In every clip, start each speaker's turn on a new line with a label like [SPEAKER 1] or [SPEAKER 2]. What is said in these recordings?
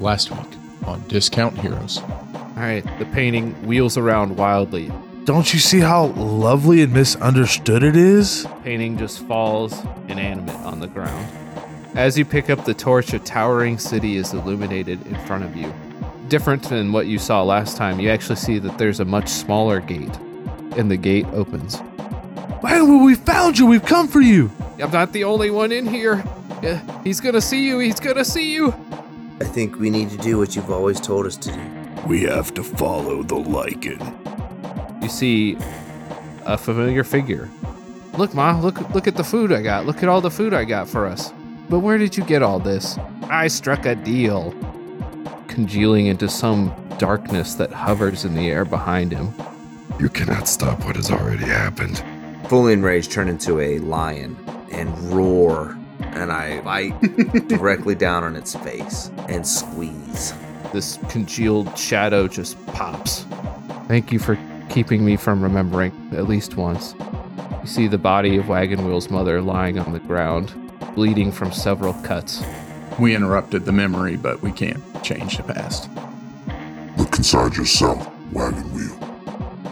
[SPEAKER 1] last week on Discount Heroes.
[SPEAKER 2] All right, the painting wheels around wildly.
[SPEAKER 3] Don't you see how lovely and misunderstood it is?
[SPEAKER 2] Painting just falls inanimate on the ground. As you pick up the torch, a towering city is illuminated in front of you. Different than what you saw last time, you actually see that there's a much smaller gate, and the gate opens.
[SPEAKER 3] Landward, we found you. We've come for you.
[SPEAKER 2] I'm not the only one in here. Eh, He's gonna see you. He's gonna see you.
[SPEAKER 4] I think we need to do what you've always told us to do.
[SPEAKER 5] We have to follow the lichen.
[SPEAKER 2] You see a familiar figure. Look, Ma. Look, look at the food I got. Look at all the food I got for us. But where did you get all this? I struck a deal. Congealing into some darkness that hovers in the air behind him.
[SPEAKER 5] You cannot stop what has already happened.
[SPEAKER 4] Fully enraged, turn into a lion and roar, and I bite directly down on its face and squeeze.
[SPEAKER 2] This congealed shadow just pops. Thank you for keeping me from remembering at least once. You see the body of Wagon Wheel's mother lying on the ground, bleeding from several cuts.
[SPEAKER 1] We interrupted the memory, but we can't change the past.
[SPEAKER 5] Look inside yourself, wagon wheel.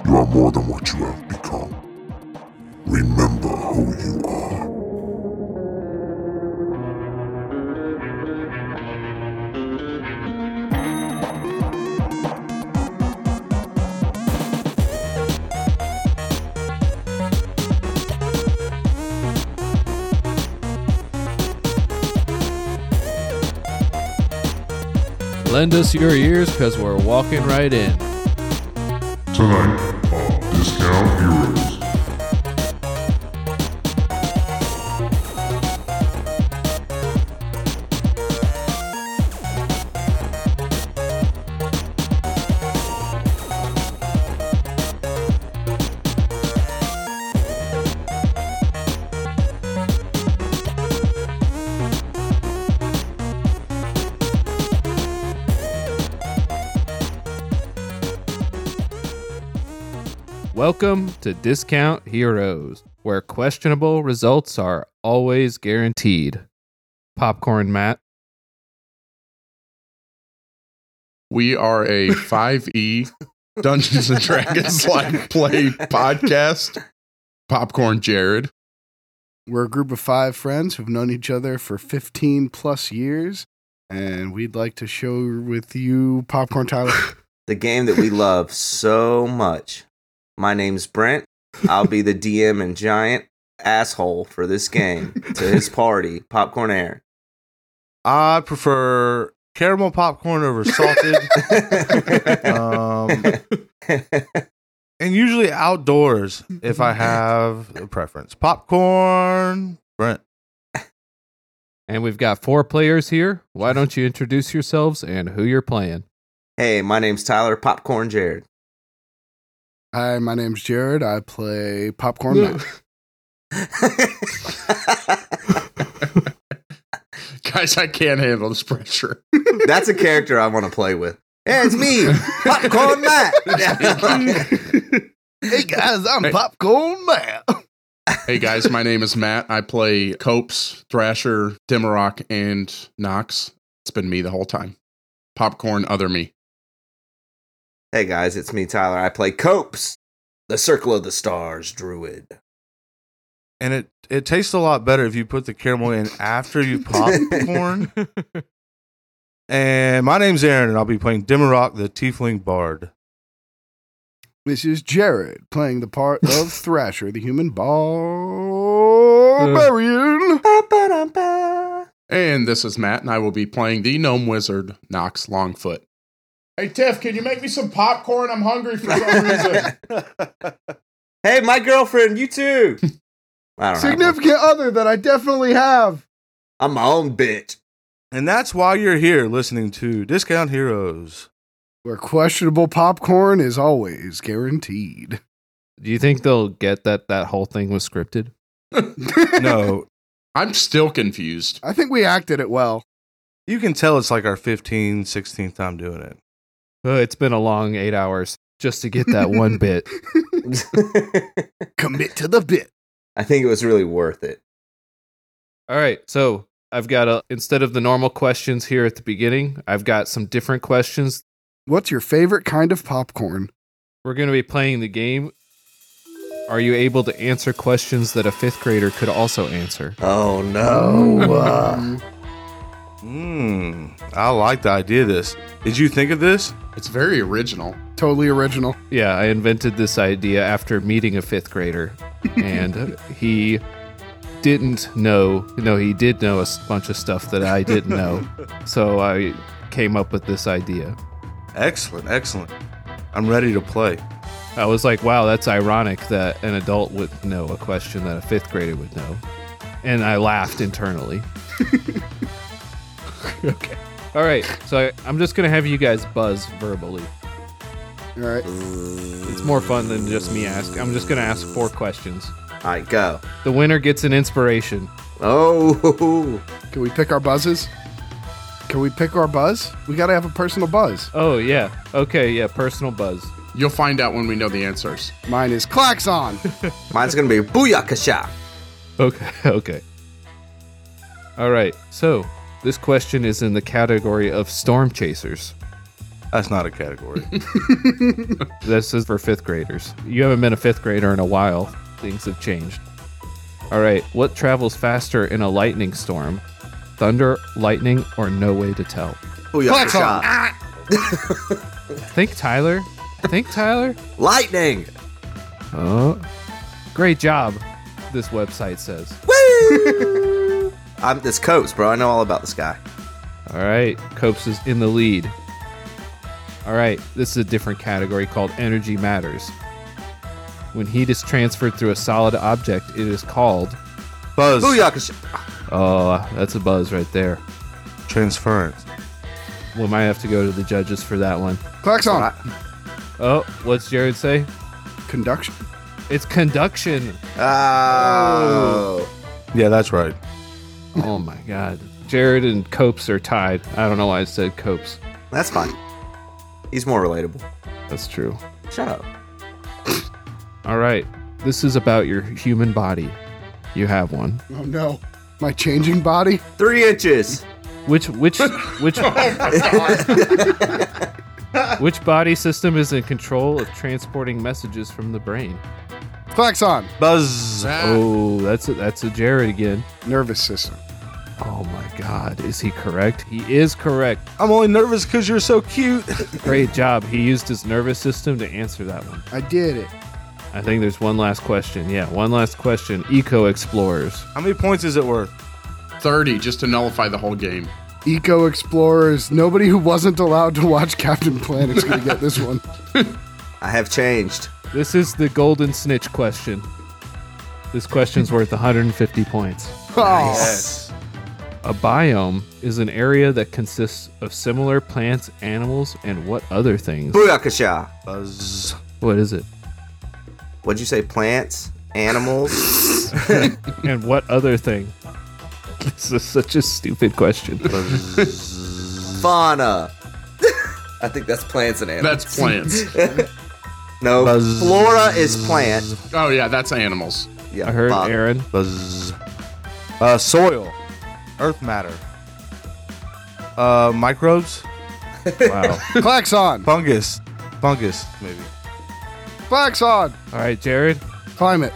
[SPEAKER 5] You are more than what you have become. Remember who you are.
[SPEAKER 2] Lend us your ears, because we're walking right in.
[SPEAKER 5] Tonight on Discount Heroes.
[SPEAKER 2] Welcome to Discount Heroes, where questionable results are always guaranteed. Popcorn Matt.
[SPEAKER 1] We are a 5e Dungeons and Dragons live play podcast. Popcorn Jared.
[SPEAKER 6] We're a group of five friends who've known each other for 15 plus years, and we'd like to show with you Popcorn Tyler.
[SPEAKER 4] The game that we love so much. My name's Brent. I'll be the DM and giant asshole for this game to his party, Popcorn Air.
[SPEAKER 3] I prefer caramel popcorn over salted, um, and usually outdoors if I have a preference. Popcorn, Brent.
[SPEAKER 2] And we've got four players here. Why don't you introduce yourselves and who you're playing?
[SPEAKER 4] hey, my name's Tyler, Popcorn Jared.
[SPEAKER 6] Hi, my name's Jared. I play Popcorn Matt.
[SPEAKER 1] Guys, I can't handle this pressure.
[SPEAKER 4] That's a character I want to play with. Hey, it's me, Popcorn Matt.
[SPEAKER 3] Hey guys, I'm Popcorn Matt.
[SPEAKER 1] Hey guys, my name is Matt. I play Copes, Thrasher, Demarok, and Knox. It's been me the whole time. Popcorn, other me.
[SPEAKER 4] hey guys, it's me, Tyler. I play Copes, the Circle of the Stars druid.
[SPEAKER 3] And it it tastes a lot better if you put the caramel in after you popcorn. and my name's Aaron, and I'll be playing Demarok, the Tiefling Bard.
[SPEAKER 6] This is Jared playing the part of Thrasher, the human barbarian.
[SPEAKER 1] And this is Matt, and I will be playing the gnome wizard, Knox Longfoot. Hey Tiff, can you make me some popcorn? I'm hungry for some reason.
[SPEAKER 4] hey, my girlfriend, you too. I don't know.
[SPEAKER 6] Significant other that I definitely have.
[SPEAKER 4] I'm my own bitch.
[SPEAKER 3] And that's why you're here listening to Discount Heroes.
[SPEAKER 6] Where questionable popcorn is always guaranteed.
[SPEAKER 2] Do you think they'll get that that whole thing was scripted?
[SPEAKER 3] No,
[SPEAKER 1] I'm still confused.
[SPEAKER 6] I think we acted it well.
[SPEAKER 3] you can tell it's like our 15, 16th time doing it.
[SPEAKER 2] Uh, it's been a long eight hours just to get that one bit.
[SPEAKER 6] Commit to the bit.
[SPEAKER 4] I think it was really worth it.
[SPEAKER 2] All right, so I've got a instead of the normal questions here at the beginning, I've got some different questions.
[SPEAKER 6] What's your favorite kind of popcorn?
[SPEAKER 2] We're going to be playing the game. Are you able to answer questions that a 5th grader could also answer?
[SPEAKER 4] Oh no. uh,
[SPEAKER 3] Hmm. I like the idea of this. Did you think of this?
[SPEAKER 1] It's very original.
[SPEAKER 6] Totally original.
[SPEAKER 2] Yeah, I invented this idea after meeting a 5th grader and he didn't know, no, he did know a s- bunch of stuff that I didn't know. so I came up with this idea.
[SPEAKER 3] Excellent. Excellent. I'm ready to play.
[SPEAKER 2] I was like, wow, that's ironic that an adult would know a question that a fifth grader would know. And I laughed internally.
[SPEAKER 6] Okay.
[SPEAKER 2] All right, so I, I'm just going to have you guys buzz verbally.
[SPEAKER 6] All right.
[SPEAKER 2] It's more fun than just me ask. I'm just going to ask four questions.
[SPEAKER 4] all right, go.
[SPEAKER 2] The winner gets an inspiration.
[SPEAKER 4] Oh,
[SPEAKER 6] Can we pick our buzzes? Can we pick our buzz? We got to have a personal buzz.
[SPEAKER 2] Oh, yeah. Okay, yeah, personal buzz.
[SPEAKER 1] You'll find out when we know the answers.
[SPEAKER 6] Mine is Klaxon.
[SPEAKER 4] mine's gonna be booyakasha.
[SPEAKER 2] Okay, okay. All right, so this question is in the category of storm chasers.
[SPEAKER 3] That's not a category.
[SPEAKER 2] This is for fifth graders. You haven't been a fifth grader in a while. Things have changed. All right, what travels faster in a lightning storm? Thunder, lightning, or no way to tell?
[SPEAKER 4] Booyakasha.
[SPEAKER 2] Think, Tyler. Think, Tyler.
[SPEAKER 4] Lightning.
[SPEAKER 2] Oh, great job. This website says.
[SPEAKER 4] Woo! I'm this Copes, bro. I know all about this guy.
[SPEAKER 2] All right, Copes is in the lead. All right, this is a different category called energy matters. When heat is transferred through a solid object, it is called.
[SPEAKER 3] Buzz
[SPEAKER 4] Booyakasha.
[SPEAKER 2] Oh, that's a buzz right there.
[SPEAKER 3] transference.
[SPEAKER 2] We might have to go to the judges for that one.
[SPEAKER 6] Klaxon.
[SPEAKER 2] Oh, what's Jared say?
[SPEAKER 6] Conduction.
[SPEAKER 2] It's conduction.
[SPEAKER 4] Oh.
[SPEAKER 3] Yeah, that's right.
[SPEAKER 2] oh my god. Jared and Copes are tied. I don't know why I said Copes.
[SPEAKER 4] That's fine. He's more relatable.
[SPEAKER 2] That's true.
[SPEAKER 4] Shut up.
[SPEAKER 2] All right. This is about your human body. You have one.
[SPEAKER 6] Oh no. My changing body?
[SPEAKER 4] Three inches.
[SPEAKER 2] Which which which Which body system is in control of transporting messages from the brain?
[SPEAKER 6] Klaxon.
[SPEAKER 3] Buzz.
[SPEAKER 2] Oh, that's a, that's a Jared again.
[SPEAKER 6] Nervous system.
[SPEAKER 2] Oh my god, is he correct? He is correct.
[SPEAKER 3] I'm only nervous because you're so cute.
[SPEAKER 2] Great job. He used his nervous system to answer that one.
[SPEAKER 6] I did it.
[SPEAKER 2] I think there's one last question. Yeah, one last question. Eco explorers.
[SPEAKER 3] How many points is it worth?
[SPEAKER 1] 30 just to nullify the whole game.
[SPEAKER 6] Eco explorers. Nobody who wasn't allowed to watch Captain Planet's gonna get this one.
[SPEAKER 4] I have changed.
[SPEAKER 2] This is the golden snitch question. This question's worth 150 points.
[SPEAKER 6] Oh,
[SPEAKER 2] A biome is an area that consists of similar plants, animals, and what other things?
[SPEAKER 4] Booyakasha.
[SPEAKER 3] Buzz.
[SPEAKER 2] What is it?
[SPEAKER 4] What'd you say? Plants? Animals?
[SPEAKER 2] And what other thing? This is such a stupid question.
[SPEAKER 4] Fauna. I think that's plants and animals.
[SPEAKER 1] That's plants.
[SPEAKER 4] no,
[SPEAKER 3] Buzz.
[SPEAKER 4] flora is plant.
[SPEAKER 1] oh, yeah, that's animals.
[SPEAKER 4] Yeah,
[SPEAKER 2] I heard
[SPEAKER 4] Bob.
[SPEAKER 2] Aaron.
[SPEAKER 3] Buzz. Uh, soil. Earth matter. Uh, microbes.
[SPEAKER 2] Wow.
[SPEAKER 6] Klaxon.
[SPEAKER 3] Fungus. Fungus, maybe.
[SPEAKER 6] Klaxon.
[SPEAKER 2] All right, Jared.
[SPEAKER 6] Climate.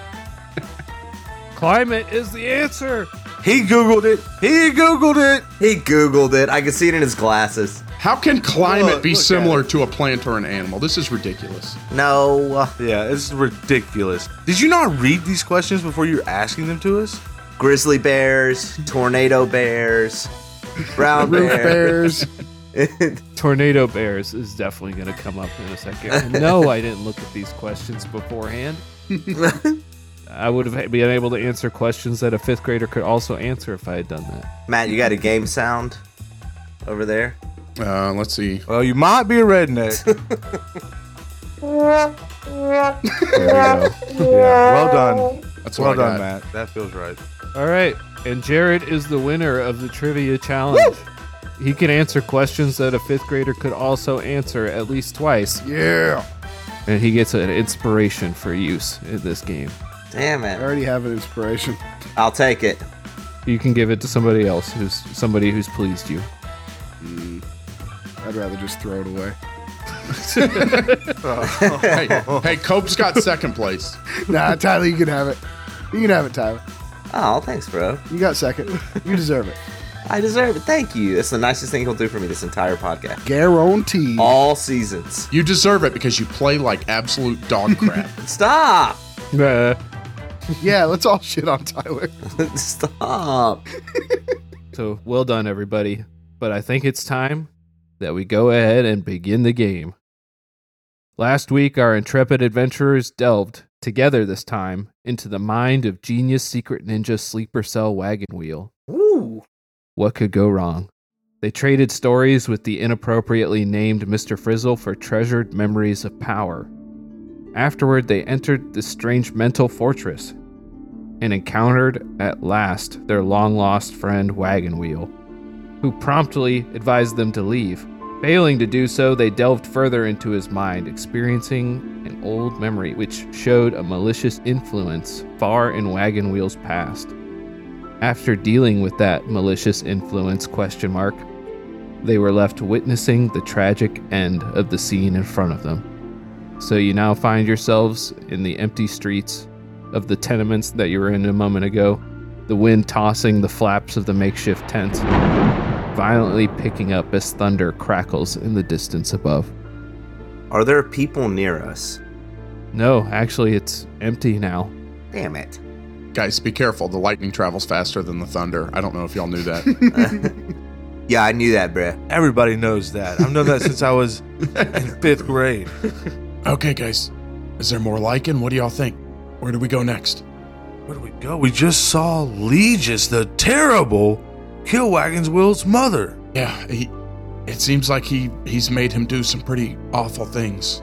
[SPEAKER 2] Climate is the answer.
[SPEAKER 3] He Googled it. He Googled it.
[SPEAKER 4] He Googled it. I can see it in his glasses.
[SPEAKER 1] How can climate
[SPEAKER 3] Look-
[SPEAKER 1] be
[SPEAKER 3] look at
[SPEAKER 1] similar to a plant or an animal? This is ridiculous.
[SPEAKER 4] No.
[SPEAKER 3] Yeah, it's ridiculous. Did you not read these questions before you were asking them to us?
[SPEAKER 4] Grizzly bears, tornado bears, brown
[SPEAKER 6] Roof
[SPEAKER 4] bear.
[SPEAKER 6] bears.
[SPEAKER 2] Tornado Bears is definitely going to come up in a second. no, I didn't look at these questions beforehand. I would have been able to answer questions that a fifth grader could also answer if I had done that.
[SPEAKER 4] Matt, you got a game sound over there?
[SPEAKER 1] Uh, let's see.
[SPEAKER 3] Well, you might be a redneck.
[SPEAKER 2] There we
[SPEAKER 3] yeah, well done.
[SPEAKER 1] That's
[SPEAKER 3] Well
[SPEAKER 1] what I
[SPEAKER 3] done,
[SPEAKER 1] got.
[SPEAKER 3] Matt. That feels right.
[SPEAKER 2] go. All right. And Jared is the winner of the trivia challenge. He can answer questions that a fifth grader could also answer at least twice,
[SPEAKER 6] Yeah.
[SPEAKER 2] and he gets an inspiration for use in this game.
[SPEAKER 4] Damn
[SPEAKER 6] I
[SPEAKER 4] it.
[SPEAKER 6] already have an inspiration.
[SPEAKER 4] I'll take it.
[SPEAKER 2] You can give it to somebody else who's somebody who's pleased you.
[SPEAKER 6] Mm. I'd rather just throw it away.
[SPEAKER 1] hey, hey, Cope's got second place.
[SPEAKER 6] Nah, Tyler, you can have it. You can have it, Tyler.
[SPEAKER 4] Oh, thanks, bro.
[SPEAKER 6] You got second. You deserve it.
[SPEAKER 4] I deserve it. Thank you. That's the nicest thing he'll do for me this entire podcast.
[SPEAKER 6] Guaranteed.
[SPEAKER 4] All seasons.
[SPEAKER 1] You deserve it because you play like absolute dog crap.
[SPEAKER 4] Stop.
[SPEAKER 2] Uh,
[SPEAKER 6] Yeah, let's all shit on Tyler.
[SPEAKER 4] Stop.
[SPEAKER 2] so well done, everybody. But I think it's time that we go ahead and begin the game. Last week, our intrepid adventurers delved, together this time, into the mind of genius secret ninja Sleeper Cell Wagon Wheel.
[SPEAKER 4] Woo.
[SPEAKER 2] What could go wrong? They traded stories with the inappropriately named Mr. Frizzle for treasured memories of power. Afterward, they entered this strange mental fortress and encountered at last their long lost friend Wagon Wheel, who promptly advised them to leave. Failing to do so, they delved further into his mind, experiencing an old memory which showed a malicious influence far in Wagon Wheel's past after dealing with that malicious influence question mark they were left witnessing the tragic end of the scene in front of them so you now find yourselves in the empty streets of the tenements that you were in a moment ago the wind tossing the flaps of the makeshift tents violently picking up as thunder crackles in the distance above
[SPEAKER 4] Are there people near us?
[SPEAKER 2] no actually it's empty now
[SPEAKER 4] Damn it.
[SPEAKER 1] Guys, be careful. The lightning travels faster than the thunder. I don't know if y'all knew that.
[SPEAKER 4] Yeah, I knew that, bruh.
[SPEAKER 3] Everybody knows that. I've known that since I was in fifth grade.
[SPEAKER 1] okay, guys. Is there more lichen? What do y'all think? Where do we go next?
[SPEAKER 3] Where do we go? We just saw Legis the Terrible kill Wagon's Will's mother.
[SPEAKER 1] Yeah, he, it seems like he he's made him do some pretty awful things.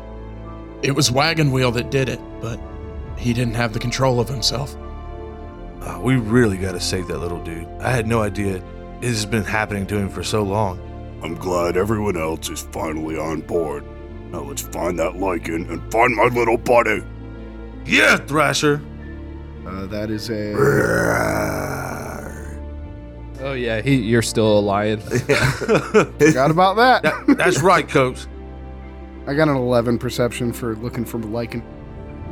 [SPEAKER 1] It was Wagon Wheel that did it, but he didn't have the control of himself.
[SPEAKER 3] Ah, we really got to save that little dude. I had no idea it has been happening to him for so long.
[SPEAKER 5] I'm glad everyone else is finally on board. Now let's find that lichen and find my little buddy.
[SPEAKER 3] Yeah, Thrasher.
[SPEAKER 6] Uh, that is a.
[SPEAKER 2] oh yeah he, you're still a lion
[SPEAKER 6] Forgot about that.
[SPEAKER 3] That- that's right, Coach.
[SPEAKER 6] I got an 11 perception for looking for lichen.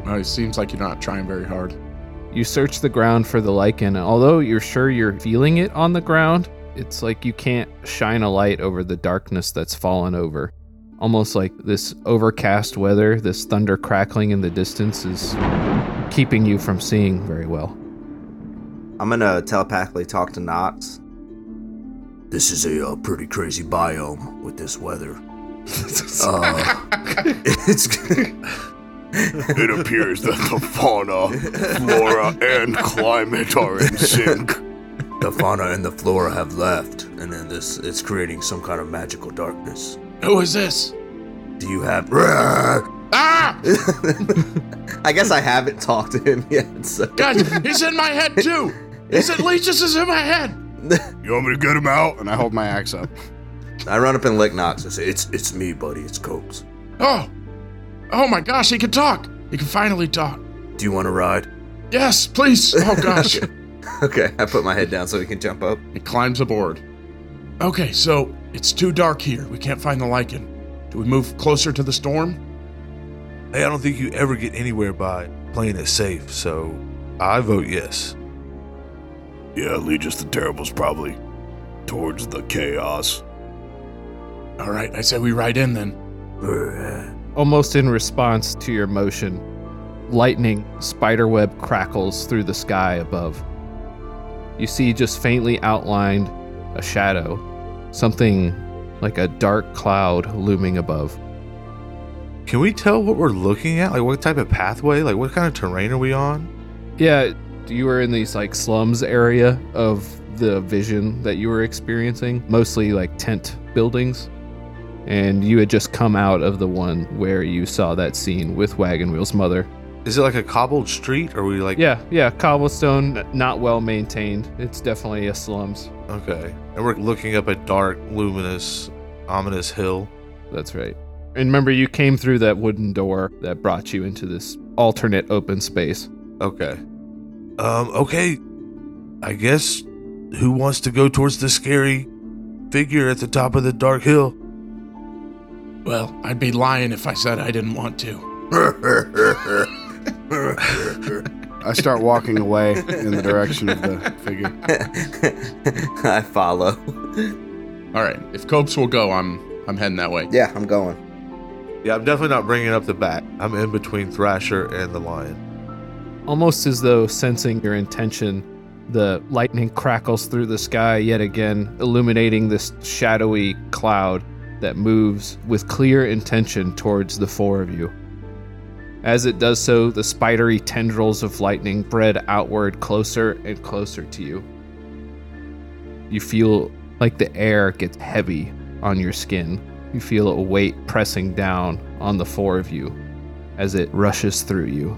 [SPEAKER 1] Well, it seems like you're not trying very hard.
[SPEAKER 2] You search the ground for the lichen, and although you're sure you're feeling it on the ground, it's like you can't shine a light over the darkness that's fallen over. Almost like this overcast weather, this thunder crackling in the distance is keeping you from seeing very well.
[SPEAKER 4] I'm gonna telepathically talk to Knox.
[SPEAKER 5] This is a, uh pretty crazy biome with this weather. uh,
[SPEAKER 4] it's
[SPEAKER 5] it appears that the fauna, flora, and climate are in sync.
[SPEAKER 7] The fauna and the flora have left, and then this it's creating some kind of magical darkness.
[SPEAKER 1] Who is this?
[SPEAKER 7] Do you have Rah!
[SPEAKER 1] Ah!
[SPEAKER 4] I guess I haven't talked to him yet. So.
[SPEAKER 1] God, he's in my head too. Is it Legius is in my head?
[SPEAKER 5] You want me to get him out?
[SPEAKER 6] And I hold my axe up.
[SPEAKER 4] I run up and lick Knox.
[SPEAKER 7] I say it's it's me, buddy. It's Cokes.
[SPEAKER 1] Oh, oh my gosh, he can talk. He can finally talk.
[SPEAKER 7] Do you want to ride?
[SPEAKER 1] Yes, please. Oh gosh.
[SPEAKER 4] Okay, I put my head down so he can jump up.
[SPEAKER 1] It climbs aboard. Okay, so it's too dark here. We can't find the lichen. Do we move closer to the storm?
[SPEAKER 3] Hey, I don't think you ever get anywhere by playing it safe, so I vote yes.
[SPEAKER 5] Yeah, Legis the Terrible's probably towards the chaos.
[SPEAKER 1] All right, I say we ride in then.
[SPEAKER 7] Rah.
[SPEAKER 2] Almost in response to your motion, lightning spiderweb crackles through the sky above. You see just faintly outlined a shadow, something like a dark cloud looming above.
[SPEAKER 3] Can we tell what we're looking at? Like, what type of pathway? Like, what kind of terrain are we on?
[SPEAKER 2] Yeah, you were in these like slums area of the vision that you were experiencing, mostly like tent buildings. And you had just come out of the one where you saw that scene with Wagon Wheel's mother.
[SPEAKER 3] Is it like a cobbled street? Or are we like,
[SPEAKER 2] Yeah, yeah, cobblestone, not well maintained. It's definitely a slums.
[SPEAKER 3] Okay. And we're looking up a dark, luminous, ominous hill.
[SPEAKER 2] That's right. And remember, you came through that wooden door that brought you into this alternate open space.
[SPEAKER 3] Okay. Um, okay. I guess Who wants to go towards the scary figure at the top of the dark hill?
[SPEAKER 1] Well, I'd be lying if I said I didn't want to.
[SPEAKER 6] I start walking away in the direction of the figure.
[SPEAKER 4] I follow.
[SPEAKER 1] All right, if Copes will go, I'm I'm heading that way.
[SPEAKER 4] Yeah, I'm going.
[SPEAKER 3] Yeah, I'm definitely not bringing up the bat. I'm in between Thrasher and the lion.
[SPEAKER 2] Almost as though sensing your intention, the lightning crackles through the sky yet again, illuminating this shadowy cloud that moves with clear intention towards the four of you. As it does so, the spidery tendrils of lightning spread outward closer and closer to you. You feel like the air gets heavy on your skin. You feel a weight pressing down on the four of you as it rushes through you.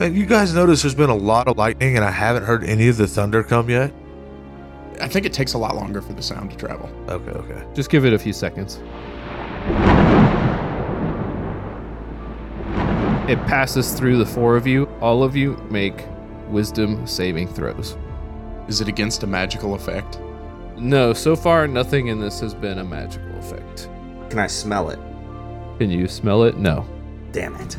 [SPEAKER 3] And you guys notice there's been a lot of lightning, and I haven't heard any of the thunder come yet.
[SPEAKER 1] I think it takes a lot longer for the sound to travel.
[SPEAKER 3] Okay, okay.
[SPEAKER 2] Just give it a few seconds. It passes through the four of you. All of you make wisdom saving throws.
[SPEAKER 1] Is it against a magical effect?
[SPEAKER 2] No, so far nothing in this has been a magical effect.
[SPEAKER 4] Can I smell it?
[SPEAKER 2] Can you smell it? No.
[SPEAKER 4] Damn it.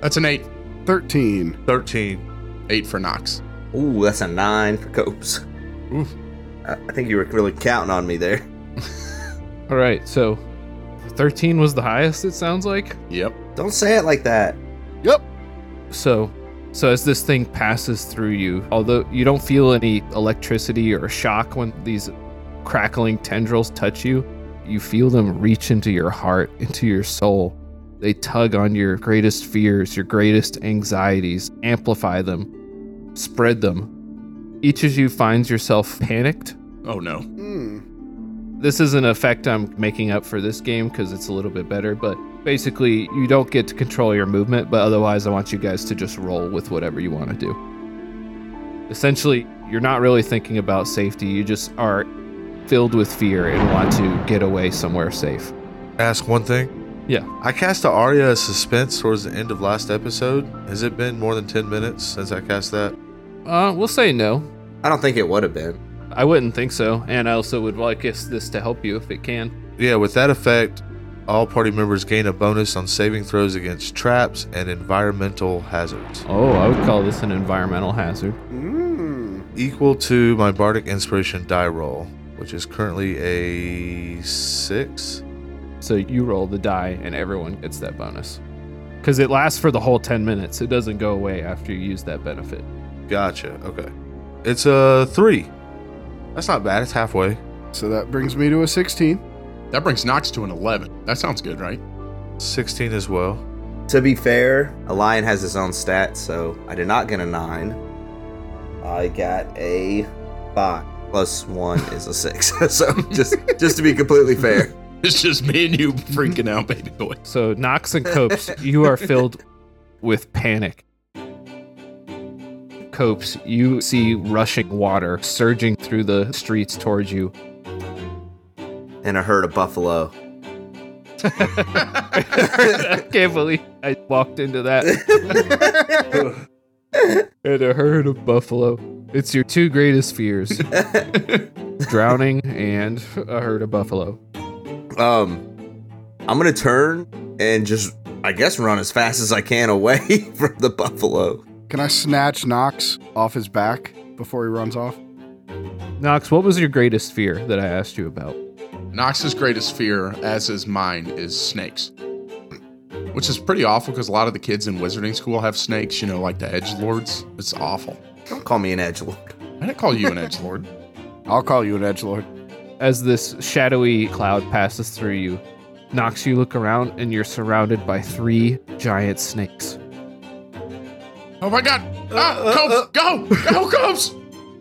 [SPEAKER 1] That's an eight.
[SPEAKER 6] 13.
[SPEAKER 3] 13.
[SPEAKER 1] Eight for Knox.
[SPEAKER 4] Ooh, that's a nine for Copes.
[SPEAKER 1] Oof.
[SPEAKER 4] I I think you were really counting on me there.
[SPEAKER 2] All right, so 13 was the highest, it sounds like.
[SPEAKER 1] Yep.
[SPEAKER 4] Don't say it like that.
[SPEAKER 2] So, so as this thing passes through you, although you don't feel any electricity or shock when these crackling tendrils touch you, you feel them reach into your heart, into your soul. They tug on your greatest fears, your greatest anxieties, amplify them, spread them. Each of you finds yourself panicked.
[SPEAKER 1] Oh no.
[SPEAKER 6] Hmm.
[SPEAKER 2] This is an effect I'm making up for this game because it's a little bit better, but basically, you don't get to control your movement, but otherwise, I want you guys to just roll with whatever you want to do. Essentially, you're not really thinking about safety, you just are filled with fear and want to get away somewhere safe.
[SPEAKER 3] Ask one thing.
[SPEAKER 2] Yeah.
[SPEAKER 3] I cast the Aria of Suspense towards the end of last episode. Has it been more than 10 minutes since I cast that?
[SPEAKER 2] Uh, we'll say no.
[SPEAKER 4] I don't think it would have been.
[SPEAKER 2] I wouldn't think so, and I also would like us- this to help you if it can.
[SPEAKER 3] Yeah, with that effect, all party members gain a bonus on saving throws against traps and environmental hazards,
[SPEAKER 2] Oh, I would call this an environmental hazard.
[SPEAKER 6] Mm.
[SPEAKER 3] equal to my Bardic Inspiration die roll, which is currently a six.
[SPEAKER 2] So you roll the die, and everyone gets that bonus. Because it lasts for the whole 10 minutes, it doesn't go away after you use that benefit.
[SPEAKER 3] Gotcha. Okay. It's a three. That's not bad. It's halfway.
[SPEAKER 6] So that brings me to a 16.
[SPEAKER 1] That brings Knox to an eleven. That sounds good, right?
[SPEAKER 3] 16 as well.
[SPEAKER 4] To be fair, a lion has his own stats, so I did not get a nine. I got a five. Plus one is a six. so just just to be completely fair.
[SPEAKER 1] It's just me and you freaking out, baby boy.
[SPEAKER 2] So, Knox and Copes, you are filled with panic. Copes, you see rushing water surging through the streets towards you.
[SPEAKER 4] And a herd of buffalo.
[SPEAKER 2] I can't believe I walked into that. and a herd of buffalo. It's your two greatest fears drowning and a herd of buffalo.
[SPEAKER 4] Um I'm gonna turn and just I guess run as fast as I can away from the buffalo.
[SPEAKER 6] Can I snatch Knox off his back before he runs off?
[SPEAKER 2] Knox, what was your greatest fear that I asked you about?
[SPEAKER 1] Knox's greatest fear, as is mine, is snakes. Which is pretty awful because a lot of the kids in wizarding school have snakes, you know, like the edge lords. It's awful.
[SPEAKER 4] Don't call me an edge lord.
[SPEAKER 1] I didn't call you an edge lord.
[SPEAKER 6] I'll call you an edge lord.
[SPEAKER 2] As this shadowy cloud passes through you, Knox, you look around and you're surrounded by three giant snakes.
[SPEAKER 1] Oh my god! Ah, Copes, go! Go, Copes!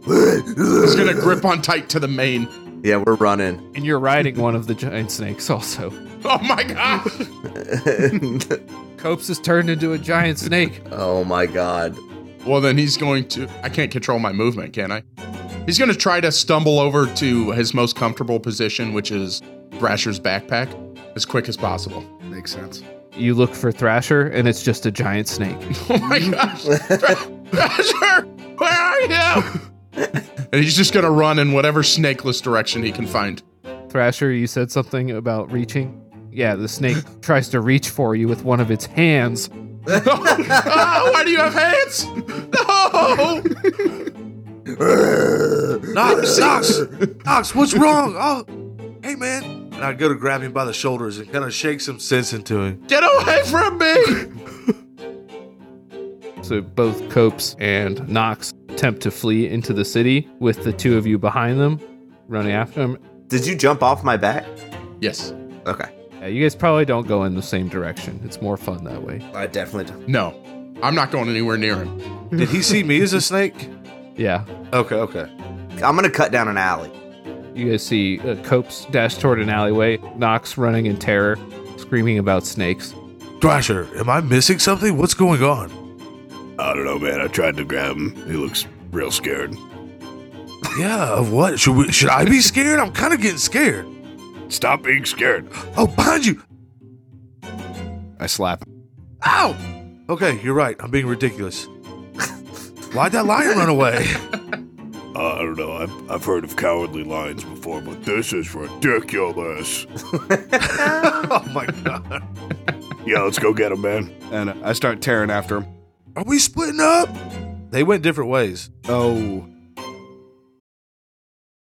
[SPEAKER 1] He's gonna grip on tight to the mane.
[SPEAKER 4] Yeah, we're running.
[SPEAKER 2] And you're riding one of the giant snakes also.
[SPEAKER 1] Oh my god!
[SPEAKER 2] Copes is turned into a giant snake.
[SPEAKER 4] oh my god.
[SPEAKER 1] Well, then he's going to. I can't control my movement, can I? He's going to try to stumble over to his most comfortable position, which is Thrasher's backpack, as quick as possible.
[SPEAKER 6] Makes sense.
[SPEAKER 2] You look for Thrasher, and it's just a giant snake.
[SPEAKER 1] Oh my gosh! Thrasher! Where are you? and he's just gonna run in whatever snakeless direction he can find.
[SPEAKER 2] Thrasher, you said something about reaching. Yeah, the snake tries to reach for you with one of its hands.
[SPEAKER 1] oh, why do you have hands? No!
[SPEAKER 3] Knox, Knox, Knox, what's wrong? Oh, hey, man. And I go to grab him by the shoulders and kind of shake some sense into him.
[SPEAKER 1] Get away from me!
[SPEAKER 2] So both Copes and Knox attempt to flee into the city with the two of you behind them, running after them.
[SPEAKER 4] Did you jump off my back?
[SPEAKER 1] Yes.
[SPEAKER 4] Okay.
[SPEAKER 2] Yeah, you guys probably don't go in the same direction. It's more fun that way.
[SPEAKER 4] I definitely don't.
[SPEAKER 1] No. I'm not going anywhere near him.
[SPEAKER 3] Did he see me as a snake?
[SPEAKER 2] Yeah.
[SPEAKER 3] Okay, okay.
[SPEAKER 4] I'm gonna cut down an alley.
[SPEAKER 2] You guys see uh, Copes dash toward an alleyway, Knox running in terror, screaming about snakes.
[SPEAKER 3] Thrasher, am I missing something? What's going on?
[SPEAKER 7] I don't know, man. I tried to grab him. He looks real scared.
[SPEAKER 3] Yeah, of what? Should we? Should I be scared? I'm kind of getting scared.
[SPEAKER 7] Stop being scared.
[SPEAKER 3] Oh, behind you.
[SPEAKER 2] I slap.
[SPEAKER 3] Ow! Okay, you're right. I'm being ridiculous. Why'd that lion run away?
[SPEAKER 7] Uh, I don't know. I've, I've heard of cowardly lions before, but this is ridiculous.
[SPEAKER 3] oh my god.
[SPEAKER 7] Yeah, let's go get him, man.
[SPEAKER 8] And I start tearing after him.
[SPEAKER 3] Are we splitting up? They went different ways.
[SPEAKER 8] Oh,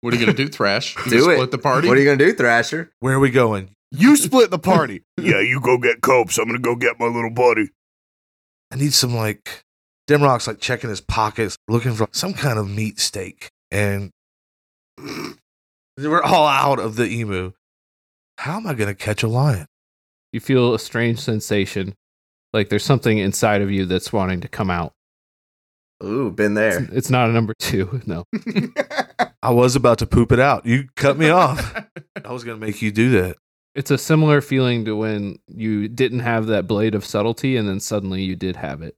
[SPEAKER 1] What are you gonna do, Thrash? You
[SPEAKER 4] Do
[SPEAKER 1] gonna
[SPEAKER 4] it.
[SPEAKER 1] Split the party.
[SPEAKER 4] What are you gonna do, Thrasher?
[SPEAKER 3] Where are we going?
[SPEAKER 8] you split the party.
[SPEAKER 7] Yeah, you go get Copes. I'm gonna go get my little buddy.
[SPEAKER 3] I need some like Demrock's like checking his pockets, looking for some kind of meat steak. And we're all out of the emu. How am I gonna catch a lion?
[SPEAKER 2] You feel a strange sensation, like there's something inside of you that's wanting to come out.
[SPEAKER 4] Ooh, been there.
[SPEAKER 2] It's not a number two, no.
[SPEAKER 3] I was about to poop it out. You cut me off. I was gonna make you do that.
[SPEAKER 2] It's a similar feeling to when you didn't have that blade of subtlety and then suddenly you did have it.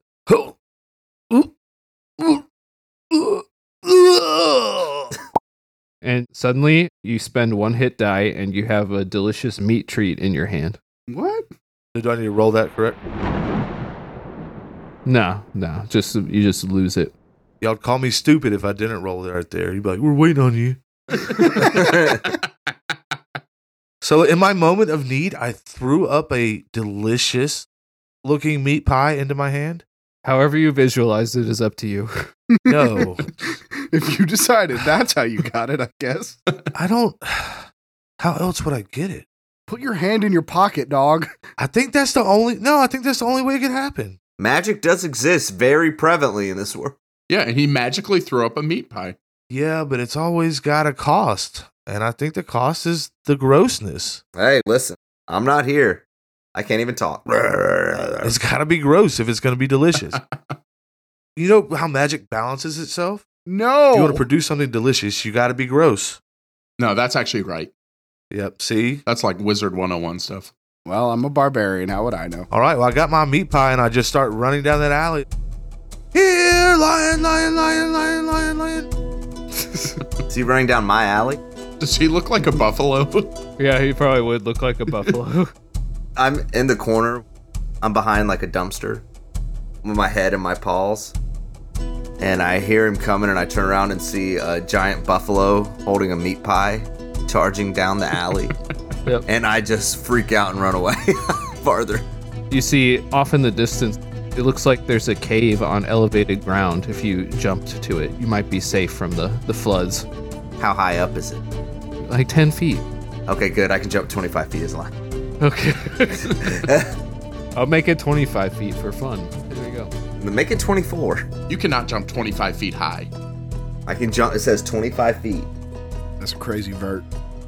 [SPEAKER 2] And suddenly you spend one hit die and you have a delicious meat treat in your hand.
[SPEAKER 6] What?
[SPEAKER 3] Do I need to roll that correct?
[SPEAKER 2] No, no, just you just lose it.
[SPEAKER 3] Y'all call me stupid if I didn't roll it right there. You'd be like, we're waiting on you. So in my moment of need, I threw up a delicious looking meat pie into my hand.
[SPEAKER 2] However you visualize it is up to you.
[SPEAKER 3] No.
[SPEAKER 6] if you decided that's how you got it, I guess.
[SPEAKER 3] I don't how else would I get it?
[SPEAKER 6] Put your hand in your pocket, dog.
[SPEAKER 3] I think that's the only no, I think that's the only way it could happen.
[SPEAKER 4] Magic does exist very prevalently in this world.
[SPEAKER 1] yeah, and he magically threw up a meat pie.
[SPEAKER 3] Yeah, but it's always got a cost. And I think the cost is the grossness.
[SPEAKER 4] Hey, listen, I'm not here. I can't even talk.
[SPEAKER 3] It's gotta be gross if it's gonna be delicious. you know how magic balances itself?
[SPEAKER 6] No.
[SPEAKER 3] If you want to produce something delicious, you gotta be gross.
[SPEAKER 1] No, that's actually right.
[SPEAKER 3] Yep, see?
[SPEAKER 1] That's like Wizard 101 stuff.
[SPEAKER 6] well, I'm a barbarian. How would I know?
[SPEAKER 3] All right, well, I got my meat pie and I just start running down that alley. Here, lion, lion, lion, lion, lion, lion.
[SPEAKER 4] Is he running down my alley?
[SPEAKER 1] Does he look like a buffalo?
[SPEAKER 2] yeah, he probably would look like a buffalo.
[SPEAKER 4] I'm in the corner. I'm behind like a dumpster with my head in my paws. And I hear him coming, and I turn around and see a giant buffalo holding a meat pie charging down the alley.
[SPEAKER 2] Yep.
[SPEAKER 4] And I just freak out and run away farther.
[SPEAKER 2] you see off in the distance it looks like there's a cave on elevated ground. If you jumped to it, you might be safe from the, the floods.
[SPEAKER 4] How high up is it?
[SPEAKER 2] Like 10 feet.
[SPEAKER 4] Okay, good. I can jump 25 feet as a line.
[SPEAKER 2] Okay. I'll make it 25 feet for fun. There we go.
[SPEAKER 4] Make it 24.
[SPEAKER 1] You cannot jump 25 feet high.
[SPEAKER 4] I can jump. It says 25 feet.
[SPEAKER 6] That's a crazy vert.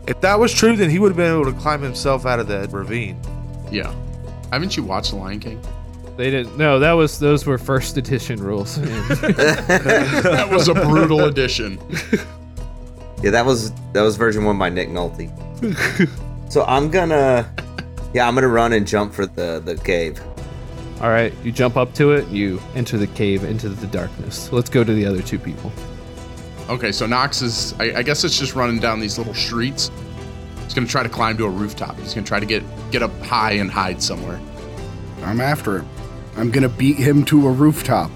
[SPEAKER 3] If that was true, then he would have been able to climb himself out of that ravine.
[SPEAKER 1] Yeah. Haven't you watched The Lion King?
[SPEAKER 2] They didn't. No, that was those were first edition rules.
[SPEAKER 1] That was a brutal addition.
[SPEAKER 4] Yeah, that was that was version one by Nick Nolte. so I'm gonna, yeah, I'm gonna run and jump for the the cave.
[SPEAKER 2] All right, you jump up to it. You enter the cave into the darkness. Let's go to the other two people.
[SPEAKER 1] Okay, so Knox is, I, I guess it's just running down these little streets. He's going to try to climb to a rooftop. He's going to try to get, get up high and hide somewhere.
[SPEAKER 6] I'm after him. I'm gonna beat him to a rooftop.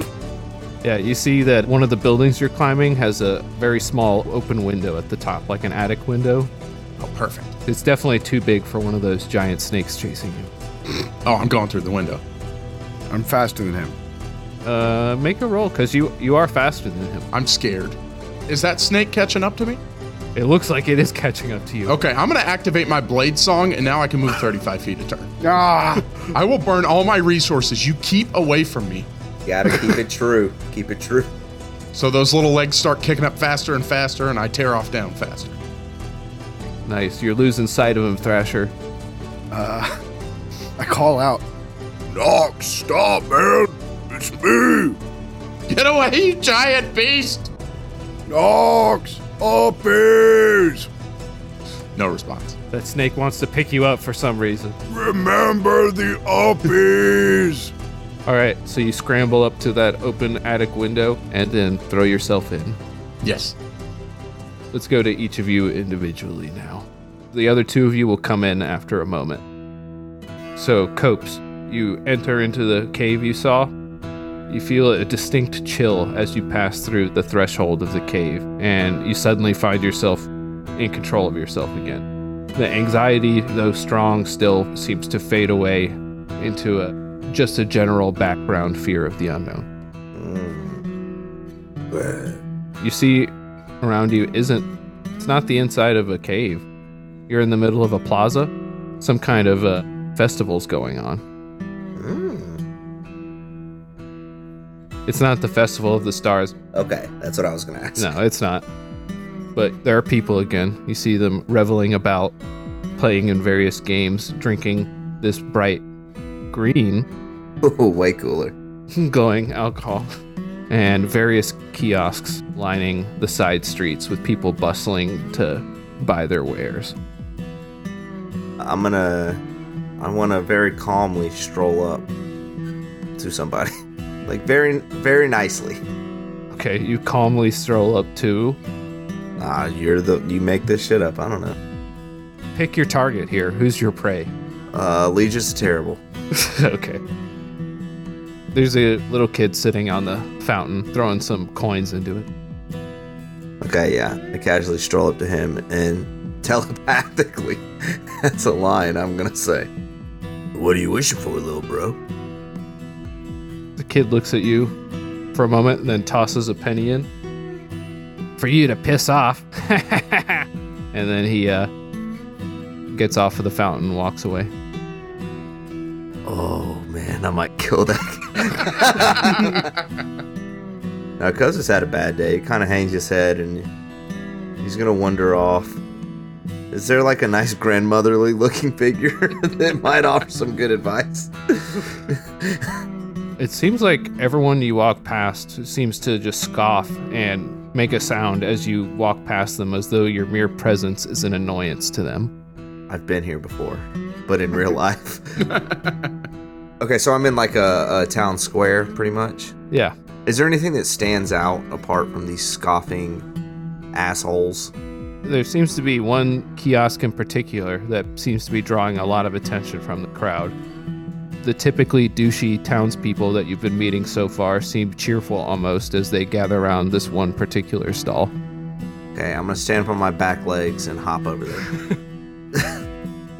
[SPEAKER 2] Yeah, you see that one of the buildings you're climbing has a very small open window at the top, like an attic window.
[SPEAKER 1] Oh, perfect.
[SPEAKER 2] It's definitely too big for one of those giant snakes chasing you.
[SPEAKER 1] Oh, I'm going through the window.
[SPEAKER 6] I'm faster than him.
[SPEAKER 2] Uh, make a roll, cause you you are faster than him.
[SPEAKER 1] I'm scared. Is that snake catching up to me?
[SPEAKER 2] It looks like it is catching up to you.
[SPEAKER 1] Okay, I'm gonna activate my blade song, and now I can move 35 feet a turn.
[SPEAKER 6] Ah,
[SPEAKER 1] I will burn all my resources. You keep away from me.
[SPEAKER 4] Gotta keep it true. Keep it true.
[SPEAKER 1] So those little legs start kicking up faster and faster, and I tear off down faster.
[SPEAKER 2] Nice. You're losing sight of him, Thrasher.
[SPEAKER 6] I call out.
[SPEAKER 7] Knock, stop, man. It's me.
[SPEAKER 1] Get away, you giant beast!
[SPEAKER 7] Knox, uppies.
[SPEAKER 1] No response.
[SPEAKER 2] That snake wants to pick you up for some reason.
[SPEAKER 7] Remember the uppies.
[SPEAKER 2] All right, so you scramble up to that open attic window and then throw yourself in.
[SPEAKER 1] Yes.
[SPEAKER 2] Let's go to each of you individually now. The other two of you will come in after a moment. So, Copes, you enter into the cave you saw. You feel a distinct chill as you pass through the threshold of the cave, and you suddenly find yourself in control of yourself again. The anxiety, though strong, still seems to fade away into a, just a general background fear of the unknown. you see around you isn't it's not the inside of a cave you're in the middle of a plaza some kind of uh, festival's going on it's not the festival of the stars
[SPEAKER 4] Okay, that's what I was gonna ask.
[SPEAKER 2] no it's not but there are people again you see them reveling about playing in various games drinking this bright green
[SPEAKER 4] Way cooler.
[SPEAKER 2] glowing alcohol and various kiosks lining the side streets with people bustling to buy their wares.
[SPEAKER 4] I'm gonna. I wanna very calmly stroll up to somebody. Like, very, very nicely.
[SPEAKER 2] Okay, you calmly stroll up to
[SPEAKER 4] Ah, you're the. You make this shit up. I don't know.
[SPEAKER 2] pick your target here. Who's your prey?
[SPEAKER 4] Uh, Legion's terrible.
[SPEAKER 2] okay. There's a little kid sitting on the fountain throwing some coins into it.
[SPEAKER 4] Okay, yeah. I casually stroll up to him and telepathically. that's a line I'm gonna say.
[SPEAKER 7] What are you wishing for, little bro?
[SPEAKER 2] The kid looks at you for a moment and then tosses a penny in. For you to piss off. and then he uh, gets off of the fountain and walks away.
[SPEAKER 4] Oh man, I might kill that. now, Cuz has had a bad day. He kind of hangs his head and he's gonna wander off. Is there like a nice grandmotherly looking figure that might offer some good advice?
[SPEAKER 2] It seems like everyone you walk past seems to just scoff and make a sound as you walk past them as though your mere presence is an annoyance to them.
[SPEAKER 4] I've been here before, but in real life. okay, so I'm in like a, a town square pretty much.
[SPEAKER 2] Yeah.
[SPEAKER 4] Is there anything that stands out apart from these scoffing assholes?
[SPEAKER 2] There seems to be one kiosk in particular that seems to be drawing a lot of attention from the crowd. The typically douchey townspeople that you've been meeting so far seem cheerful almost as they gather around this one particular stall.
[SPEAKER 4] Okay, I'm gonna stand up on my back legs and hop over there.